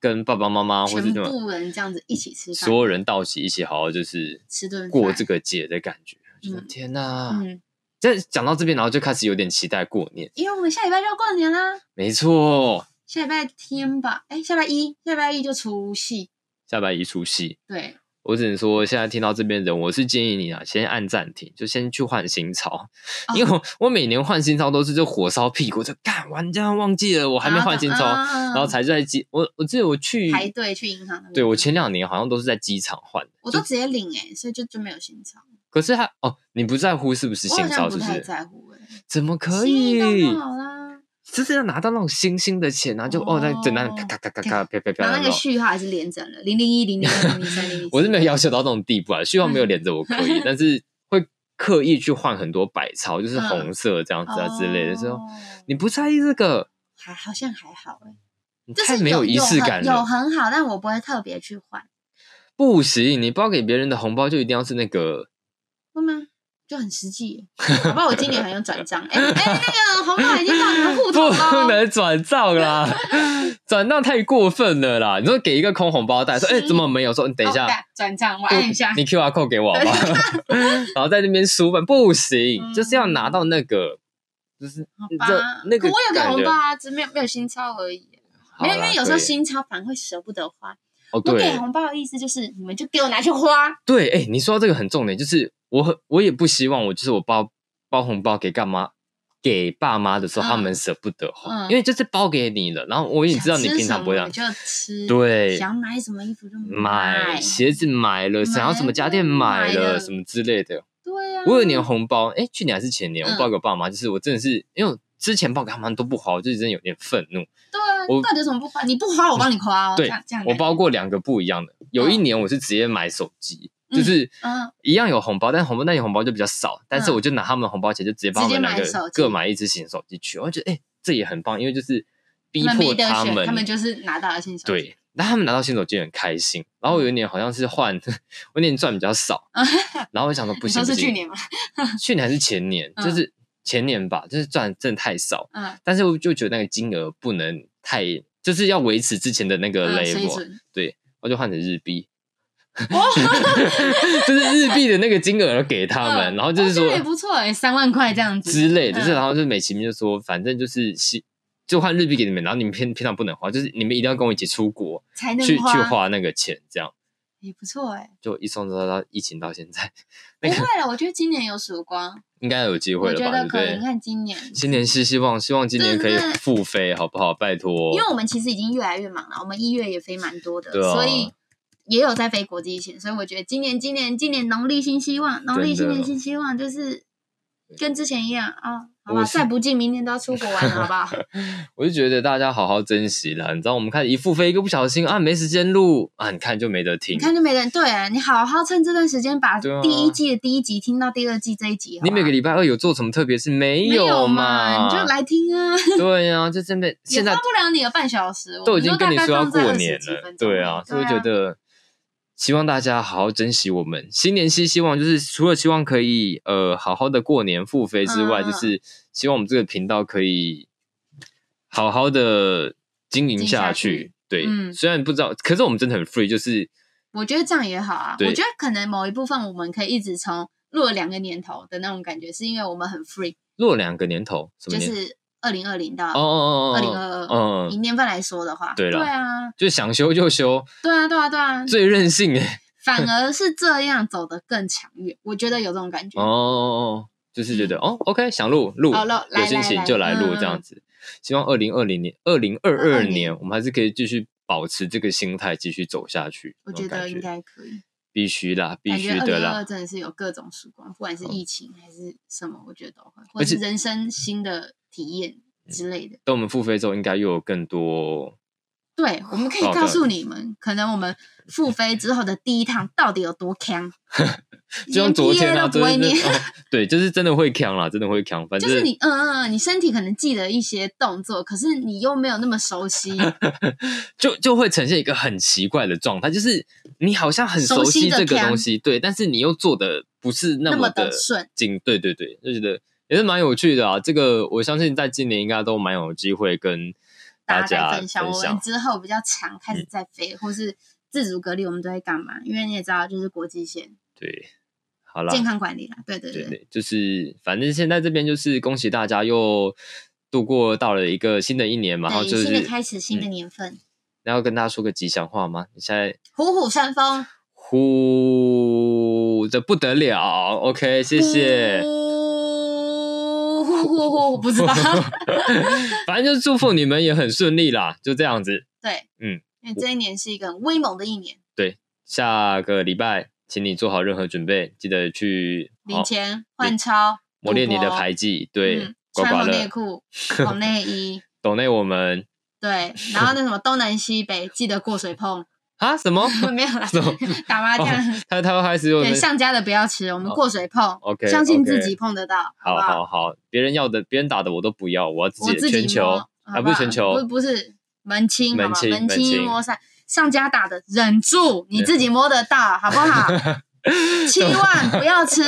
[SPEAKER 1] 跟爸爸妈妈啊或者
[SPEAKER 2] 全
[SPEAKER 1] 什么
[SPEAKER 2] 部人这样子一起吃饭，
[SPEAKER 1] 所有人到齐一起好好就是
[SPEAKER 2] 吃顿饭
[SPEAKER 1] 过这个节的感觉。我觉得
[SPEAKER 2] 嗯
[SPEAKER 1] 天哪！
[SPEAKER 2] 嗯，
[SPEAKER 1] 这讲到这边，然后就开始有点期待过年。
[SPEAKER 2] 因为我们下礼拜就要过年啦，
[SPEAKER 1] 没错，
[SPEAKER 2] 下礼拜天吧，哎，下礼拜一，下礼拜一就除夕，
[SPEAKER 1] 下班一出戏，
[SPEAKER 2] 对，
[SPEAKER 1] 我只能说，现在听到这边的人，我是建议你啊，先按暂停，就先去换新钞，
[SPEAKER 2] 哦
[SPEAKER 1] 因为我我每年换新钞都是就火烧屁股，就干玩家忘记了我还没换新钞，然
[SPEAKER 2] 然
[SPEAKER 1] 后才在机，我我记得我去
[SPEAKER 2] 嗯排队去银行那边，
[SPEAKER 1] 对我前两年好像都是在机场换的，
[SPEAKER 2] 我都直接领哎、所以就就没有新钞，
[SPEAKER 1] 可是他哦，你不在乎是不是
[SPEAKER 2] 我好
[SPEAKER 1] 新
[SPEAKER 2] 像
[SPEAKER 1] 钞，
[SPEAKER 2] 不
[SPEAKER 1] 是不
[SPEAKER 2] 太
[SPEAKER 1] 是？
[SPEAKER 2] 在乎哎、欸，
[SPEAKER 1] 怎么可
[SPEAKER 2] 新
[SPEAKER 1] 以？
[SPEAKER 2] 一张就好啦，
[SPEAKER 1] 就是要拿到那种星星的钱，然后就哦，那简单
[SPEAKER 2] 哦
[SPEAKER 1] 咔咔咔咔咔，啪啪啪，
[SPEAKER 2] 然后那
[SPEAKER 1] 啊然
[SPEAKER 2] 个
[SPEAKER 1] 后
[SPEAKER 2] 序号还是连整了，零零一零零二零零三零零， 哦
[SPEAKER 1] 我是没有要求到这种地步啊，希望
[SPEAKER 2] 嗯
[SPEAKER 1] 没有连着我可以，但是会刻意去换很多百钞，就是
[SPEAKER 2] 嗯
[SPEAKER 1] 红色这样子啊之类的。说
[SPEAKER 2] 哦
[SPEAKER 1] 你不在意这个，
[SPEAKER 2] 还好像还好哎、
[SPEAKER 1] 你
[SPEAKER 2] 就
[SPEAKER 1] 太
[SPEAKER 2] 是
[SPEAKER 1] 没
[SPEAKER 2] 有
[SPEAKER 1] 仪式
[SPEAKER 2] 很
[SPEAKER 1] 感
[SPEAKER 2] 有
[SPEAKER 1] 了。
[SPEAKER 2] 很好，但我不会特别去换，
[SPEAKER 1] 不行，你包给别人的红包就一定要是那 个，
[SPEAKER 2] 会吗？就很实际 耶，好吧，我今年很有转账，哎、哎、那个红包已经到你们户头
[SPEAKER 1] 不
[SPEAKER 2] 了哦，
[SPEAKER 1] 能转账啦， 转账太过分了啦。你说给一个空红包袋，说哎、
[SPEAKER 2] 是
[SPEAKER 1] 怎么没有？说你等一下
[SPEAKER 2] 哦，转账，我按一下，
[SPEAKER 1] 你 QR code 给我好 不好？然后在那边输本不行，
[SPEAKER 2] 嗯
[SPEAKER 1] 就是要拿到那个，就是
[SPEAKER 2] 好
[SPEAKER 1] 这
[SPEAKER 2] 吧？
[SPEAKER 1] 那
[SPEAKER 2] 可
[SPEAKER 1] 个
[SPEAKER 2] 我有给
[SPEAKER 1] 感
[SPEAKER 2] 红
[SPEAKER 1] 觉
[SPEAKER 2] 包。啊，只是没有没有新钞而已。
[SPEAKER 1] 好
[SPEAKER 2] 没有，
[SPEAKER 1] 啦
[SPEAKER 2] 因为有时候
[SPEAKER 1] 对
[SPEAKER 2] 新钞反而会舍不得花。我
[SPEAKER 1] 哦，
[SPEAKER 2] 给
[SPEAKER 1] 对
[SPEAKER 2] 红包的意思就是，你们就给我拿去花。
[SPEAKER 1] 对，哎、你说到这个很重点，就是我很我也不希望我就是我包包红包给干妈给爸妈的时候，他们
[SPEAKER 2] 嗯
[SPEAKER 1] 舍不得花，
[SPEAKER 2] 嗯
[SPEAKER 1] 因为就是包给你了，然后我也知道你
[SPEAKER 2] 想吃
[SPEAKER 1] 平常不会这样
[SPEAKER 2] 什么就吃，
[SPEAKER 1] 对
[SPEAKER 2] 想买什么衣服就
[SPEAKER 1] 买鞋子买了，想要什么家电
[SPEAKER 2] 买
[SPEAKER 1] 买
[SPEAKER 2] 了
[SPEAKER 1] 了什么之类的。
[SPEAKER 2] 对啊，
[SPEAKER 1] 我有一年红包，哎、去年还是前年，我
[SPEAKER 2] 嗯
[SPEAKER 1] 包给我爸妈，就是我真的是因为我之前包给他们都不花，我就真的有点愤怒。
[SPEAKER 2] 对啊，
[SPEAKER 1] 我
[SPEAKER 2] 到底有什么不花？你不花，我帮你花哦。
[SPEAKER 1] 对
[SPEAKER 2] 这样这样，
[SPEAKER 1] 我包，过两个不一样的，有一年我是直接买手机，就是
[SPEAKER 2] 嗯，
[SPEAKER 1] 一样有红包，但红包那年红包就比较少，但是
[SPEAKER 2] 嗯
[SPEAKER 1] 我就拿他们的红包钱就直接帮他们两
[SPEAKER 2] 直接买手
[SPEAKER 1] 个
[SPEAKER 2] 机
[SPEAKER 1] 各买一只新手机去，我就觉得哎、这也很棒，因为就是逼
[SPEAKER 2] 他们
[SPEAKER 1] 迫
[SPEAKER 2] 没得
[SPEAKER 1] 他
[SPEAKER 2] 选，
[SPEAKER 1] 们，
[SPEAKER 2] 他们就是拿到了新手。，
[SPEAKER 1] 对，那他们拿到新手机很开心。然后我有一年好像是换，我那年赚比较少， 然后我想说不
[SPEAKER 2] 嗯你
[SPEAKER 1] 行，
[SPEAKER 2] 说
[SPEAKER 1] 不
[SPEAKER 2] 是去
[SPEAKER 1] 行，
[SPEAKER 2] 年吗？
[SPEAKER 1] 去年还是前年，
[SPEAKER 2] 嗯
[SPEAKER 1] 就是前年吧，就是赚真的太少，
[SPEAKER 2] 嗯，
[SPEAKER 1] 但是我就觉得那个金额不能太，就是要维持之前的那个
[SPEAKER 2] 嗯水
[SPEAKER 1] level，、
[SPEAKER 2] 准。
[SPEAKER 1] 对，我就换成日币。
[SPEAKER 2] 哦，
[SPEAKER 1] 就是日币的那个金额给他们，
[SPEAKER 2] 嗯
[SPEAKER 1] 然后就是
[SPEAKER 2] 哦
[SPEAKER 1] 说
[SPEAKER 2] 这样也不错哎，三万块这样子
[SPEAKER 1] 之类的，就是
[SPEAKER 2] 嗯
[SPEAKER 1] 然后就是美其名就说，反正就是西就换日币给你们，然后你们平平常不能花，就是你们一定要跟我一起出国
[SPEAKER 2] 才能
[SPEAKER 1] 去去花那个钱，这样
[SPEAKER 2] 也不错哎。
[SPEAKER 1] 就一送到到疫情到现在，
[SPEAKER 2] 不会了，我觉得今年有曙光，
[SPEAKER 1] 应该有机
[SPEAKER 2] 我
[SPEAKER 1] 会了
[SPEAKER 2] 觉
[SPEAKER 1] 吧，
[SPEAKER 2] 得
[SPEAKER 1] 对不
[SPEAKER 2] 可以。你
[SPEAKER 1] 对？
[SPEAKER 2] 看今年，
[SPEAKER 1] 新年是希望希望今年可以
[SPEAKER 2] 对对对
[SPEAKER 1] 复飞，好不好？拜托
[SPEAKER 2] 因，为我们其实已经越来越忙了，我们一月也飞蛮多的，
[SPEAKER 1] 对啊
[SPEAKER 2] 所以也有在飞国际线，所以我觉得今年、今年、今年农历新希望，农历新年新希望就是跟之前一样啊、好不
[SPEAKER 1] 我
[SPEAKER 2] 好？
[SPEAKER 1] 是
[SPEAKER 2] 再不济，明年都要出国玩了，好不 好？
[SPEAKER 1] 我就觉得大家好好珍惜啦。你知道我们看一复飞一个不小心啊，没时间录啊，你看就没得听
[SPEAKER 2] 你。看就没人对啊，你好好趁这段时间把
[SPEAKER 1] 对啊
[SPEAKER 2] 第一季的第一集听到第二季这一集，好
[SPEAKER 1] 你
[SPEAKER 2] 不好
[SPEAKER 1] 每个礼拜二有做什么特别事没
[SPEAKER 2] 没有
[SPEAKER 1] 嘛？
[SPEAKER 2] 你就来听啊，
[SPEAKER 1] 对呀、就真 的
[SPEAKER 2] 也
[SPEAKER 1] 现在
[SPEAKER 2] 花不了你的半小时，
[SPEAKER 1] 都已经跟你说要
[SPEAKER 2] 我们都大概放在
[SPEAKER 1] 过年
[SPEAKER 2] 20几
[SPEAKER 1] 了
[SPEAKER 2] 分，钟
[SPEAKER 1] 对啊，所以我觉得希望大家好好珍惜我们新年新希望，就是除了希望可以呃好好的过年复飞之外，
[SPEAKER 2] 嗯
[SPEAKER 1] 就是希望我们这个频道可以好好的经营
[SPEAKER 2] 经营
[SPEAKER 1] 下
[SPEAKER 2] 下
[SPEAKER 1] 去
[SPEAKER 2] 去。
[SPEAKER 1] 对，
[SPEAKER 2] 嗯
[SPEAKER 1] 虽然不知道，可是我们真的很 free，就是
[SPEAKER 2] 我觉得这样也好啊。
[SPEAKER 1] 对
[SPEAKER 2] 我觉得可能某一部分我们可以一直从录了两个年头的那种感觉，是因为我们很 free，
[SPEAKER 1] 落两个年头，什么
[SPEAKER 2] 就
[SPEAKER 1] 年？
[SPEAKER 2] 是二零二零
[SPEAKER 1] 哦
[SPEAKER 2] 到
[SPEAKER 1] 哦哦
[SPEAKER 2] 二零
[SPEAKER 1] 哦，
[SPEAKER 2] 二二。
[SPEAKER 1] 嗯
[SPEAKER 2] 以
[SPEAKER 1] 嗯，
[SPEAKER 2] 年份来说的话，
[SPEAKER 1] 对啦
[SPEAKER 2] 啊，
[SPEAKER 1] 就想休就休，
[SPEAKER 2] 对啊，对啊，对啊，
[SPEAKER 1] 最任性哎。
[SPEAKER 2] 反而是这样走得更长远，我觉得有这种感觉。
[SPEAKER 1] 哦哦哦，就是觉得哦，OK，想录录，
[SPEAKER 2] 好了嗯哦来
[SPEAKER 1] 有心
[SPEAKER 2] 来
[SPEAKER 1] 情
[SPEAKER 2] 来
[SPEAKER 1] 就来录
[SPEAKER 2] 嗯
[SPEAKER 1] 这样子。希望二零二零年、二零二二
[SPEAKER 2] 2022
[SPEAKER 1] 年，我们还是可以继续保持这个心态，继续走下去。
[SPEAKER 2] 我
[SPEAKER 1] 那种
[SPEAKER 2] 觉得
[SPEAKER 1] 感
[SPEAKER 2] 应该可以，
[SPEAKER 1] 必须啦，必
[SPEAKER 2] 感觉
[SPEAKER 1] 须
[SPEAKER 2] 二
[SPEAKER 1] 的
[SPEAKER 2] 零二二
[SPEAKER 1] 啦。哦
[SPEAKER 2] 真的是有各种曙光，不管是疫情还是什么，我觉得都会，或
[SPEAKER 1] 而
[SPEAKER 2] 者
[SPEAKER 1] 且
[SPEAKER 2] 是人生新的体验之类的。
[SPEAKER 1] 等我们付费之后，应该又有更多。
[SPEAKER 2] 对，我们可以
[SPEAKER 1] 好的
[SPEAKER 2] 告诉你们，可能我们复飞之后的第一趟到底有多坑，
[SPEAKER 1] 就像昨天啊，
[SPEAKER 2] 连 PR 都
[SPEAKER 1] 真
[SPEAKER 2] 不会
[SPEAKER 1] 的、
[SPEAKER 2] 念。
[SPEAKER 1] 哦、对，就是真的会扛啦，真的会扛。反
[SPEAKER 2] 就
[SPEAKER 1] 正
[SPEAKER 2] 是你，嗯嗯，嗯你身体可能记得一些动作，可是你又没有那么熟悉，
[SPEAKER 1] 就就会呈现一个很奇怪的状态，就是你好像很熟
[SPEAKER 2] 熟悉
[SPEAKER 1] 悉
[SPEAKER 2] 的
[SPEAKER 1] 这个
[SPEAKER 2] 腔
[SPEAKER 1] 东西，对，但是你又做的不是那
[SPEAKER 2] 那么
[SPEAKER 1] 的
[SPEAKER 2] 的顺
[SPEAKER 1] 精，对对对，就觉得也是蛮有趣的啊。这个我相信在今年应该都蛮有机会跟大
[SPEAKER 2] 大
[SPEAKER 1] 家
[SPEAKER 2] 家分享。我们之后比较常开始在飞，或是自主隔离，我们都会干嘛？因为你也知道，就是国际线
[SPEAKER 1] 对，好啦，
[SPEAKER 2] 健康管理啦，对对
[SPEAKER 1] 对
[SPEAKER 2] 对，
[SPEAKER 1] 对，就是反正现在这边就是恭喜大家又度过到了一个新的一年嘛，然后
[SPEAKER 2] 对
[SPEAKER 1] 就
[SPEAKER 2] 新的
[SPEAKER 1] 是
[SPEAKER 2] 开始，新的年份，
[SPEAKER 1] 然后跟大家说个吉祥话吗？你现在
[SPEAKER 2] 虎虎生风，
[SPEAKER 1] 呼的不得了，OK，谢谢。
[SPEAKER 2] 呼呼呼呼，不知道，
[SPEAKER 1] 反正就是祝福你们也很顺利啦，就这样子。
[SPEAKER 2] 对，
[SPEAKER 1] 嗯，
[SPEAKER 2] 因为这一年是一个很威猛的一年，
[SPEAKER 1] 下个礼拜，请你做好任何准备，记得去好
[SPEAKER 2] 领钱换钞，
[SPEAKER 1] 磨练你的
[SPEAKER 2] 赌博
[SPEAKER 1] 牌技，对
[SPEAKER 2] 嗯，
[SPEAKER 1] 刮
[SPEAKER 2] 穿
[SPEAKER 1] 刮
[SPEAKER 2] 红内
[SPEAKER 1] 乐，
[SPEAKER 2] 裤， 红内衣，
[SPEAKER 1] 懂内我们
[SPEAKER 2] 对，然后那什么东南西北，记得过水碰，
[SPEAKER 1] 啊什么？
[SPEAKER 2] 没有啦
[SPEAKER 1] 什么，
[SPEAKER 2] 打麻
[SPEAKER 1] 哦
[SPEAKER 2] 将。
[SPEAKER 1] 他他开始有
[SPEAKER 2] 对，
[SPEAKER 1] 人
[SPEAKER 2] 上家的不要吃，我们
[SPEAKER 1] 哦
[SPEAKER 2] 过水碰
[SPEAKER 1] OK，
[SPEAKER 2] 相信
[SPEAKER 1] OK
[SPEAKER 2] 自己碰得到，
[SPEAKER 1] 好
[SPEAKER 2] 不好？
[SPEAKER 1] 好好，别人要的别人打的我都不要，我要自
[SPEAKER 2] 我
[SPEAKER 1] 己的
[SPEAKER 2] 自己
[SPEAKER 1] 全球
[SPEAKER 2] 摸好
[SPEAKER 1] 啊
[SPEAKER 2] 不
[SPEAKER 1] 不
[SPEAKER 2] 好
[SPEAKER 1] 是全球
[SPEAKER 2] 不不是门清，好
[SPEAKER 1] 门
[SPEAKER 2] 不好
[SPEAKER 1] 清
[SPEAKER 2] 门
[SPEAKER 1] 门清
[SPEAKER 2] 清一摸三，上家打的忍住，你自己摸得到，好不 好？七万不要吃，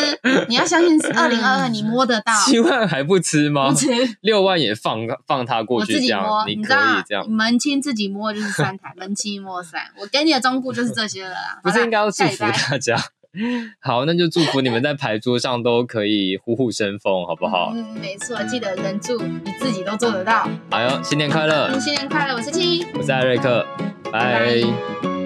[SPEAKER 2] 你要相 信二零二二，你摸得到，
[SPEAKER 1] 七万还不吃吗
[SPEAKER 2] 不？吃。
[SPEAKER 1] 六万也放放他过
[SPEAKER 2] 我
[SPEAKER 1] 去
[SPEAKER 2] 自
[SPEAKER 1] 这
[SPEAKER 2] 己
[SPEAKER 1] 样
[SPEAKER 2] 摸，，
[SPEAKER 1] 你
[SPEAKER 2] 知
[SPEAKER 1] 可
[SPEAKER 2] 道
[SPEAKER 1] 以这样。
[SPEAKER 2] 门清自己摸就是三台，门清摸三。我给你的忠告就是这些了啦。
[SPEAKER 1] 不
[SPEAKER 2] 好
[SPEAKER 1] 是
[SPEAKER 2] 啦
[SPEAKER 1] 应该要祝
[SPEAKER 2] 下礼
[SPEAKER 1] 福
[SPEAKER 2] 拜
[SPEAKER 1] 大家？好，那就祝福你们在牌桌上都可以虎虎生风，好不好？
[SPEAKER 2] 嗯，没错，记得忍住，你自己都做得到。
[SPEAKER 1] 哎呦，新年快乐！
[SPEAKER 2] 新年快乐，我是七。
[SPEAKER 1] 我是艾瑞克，拜
[SPEAKER 2] 拜
[SPEAKER 1] 拜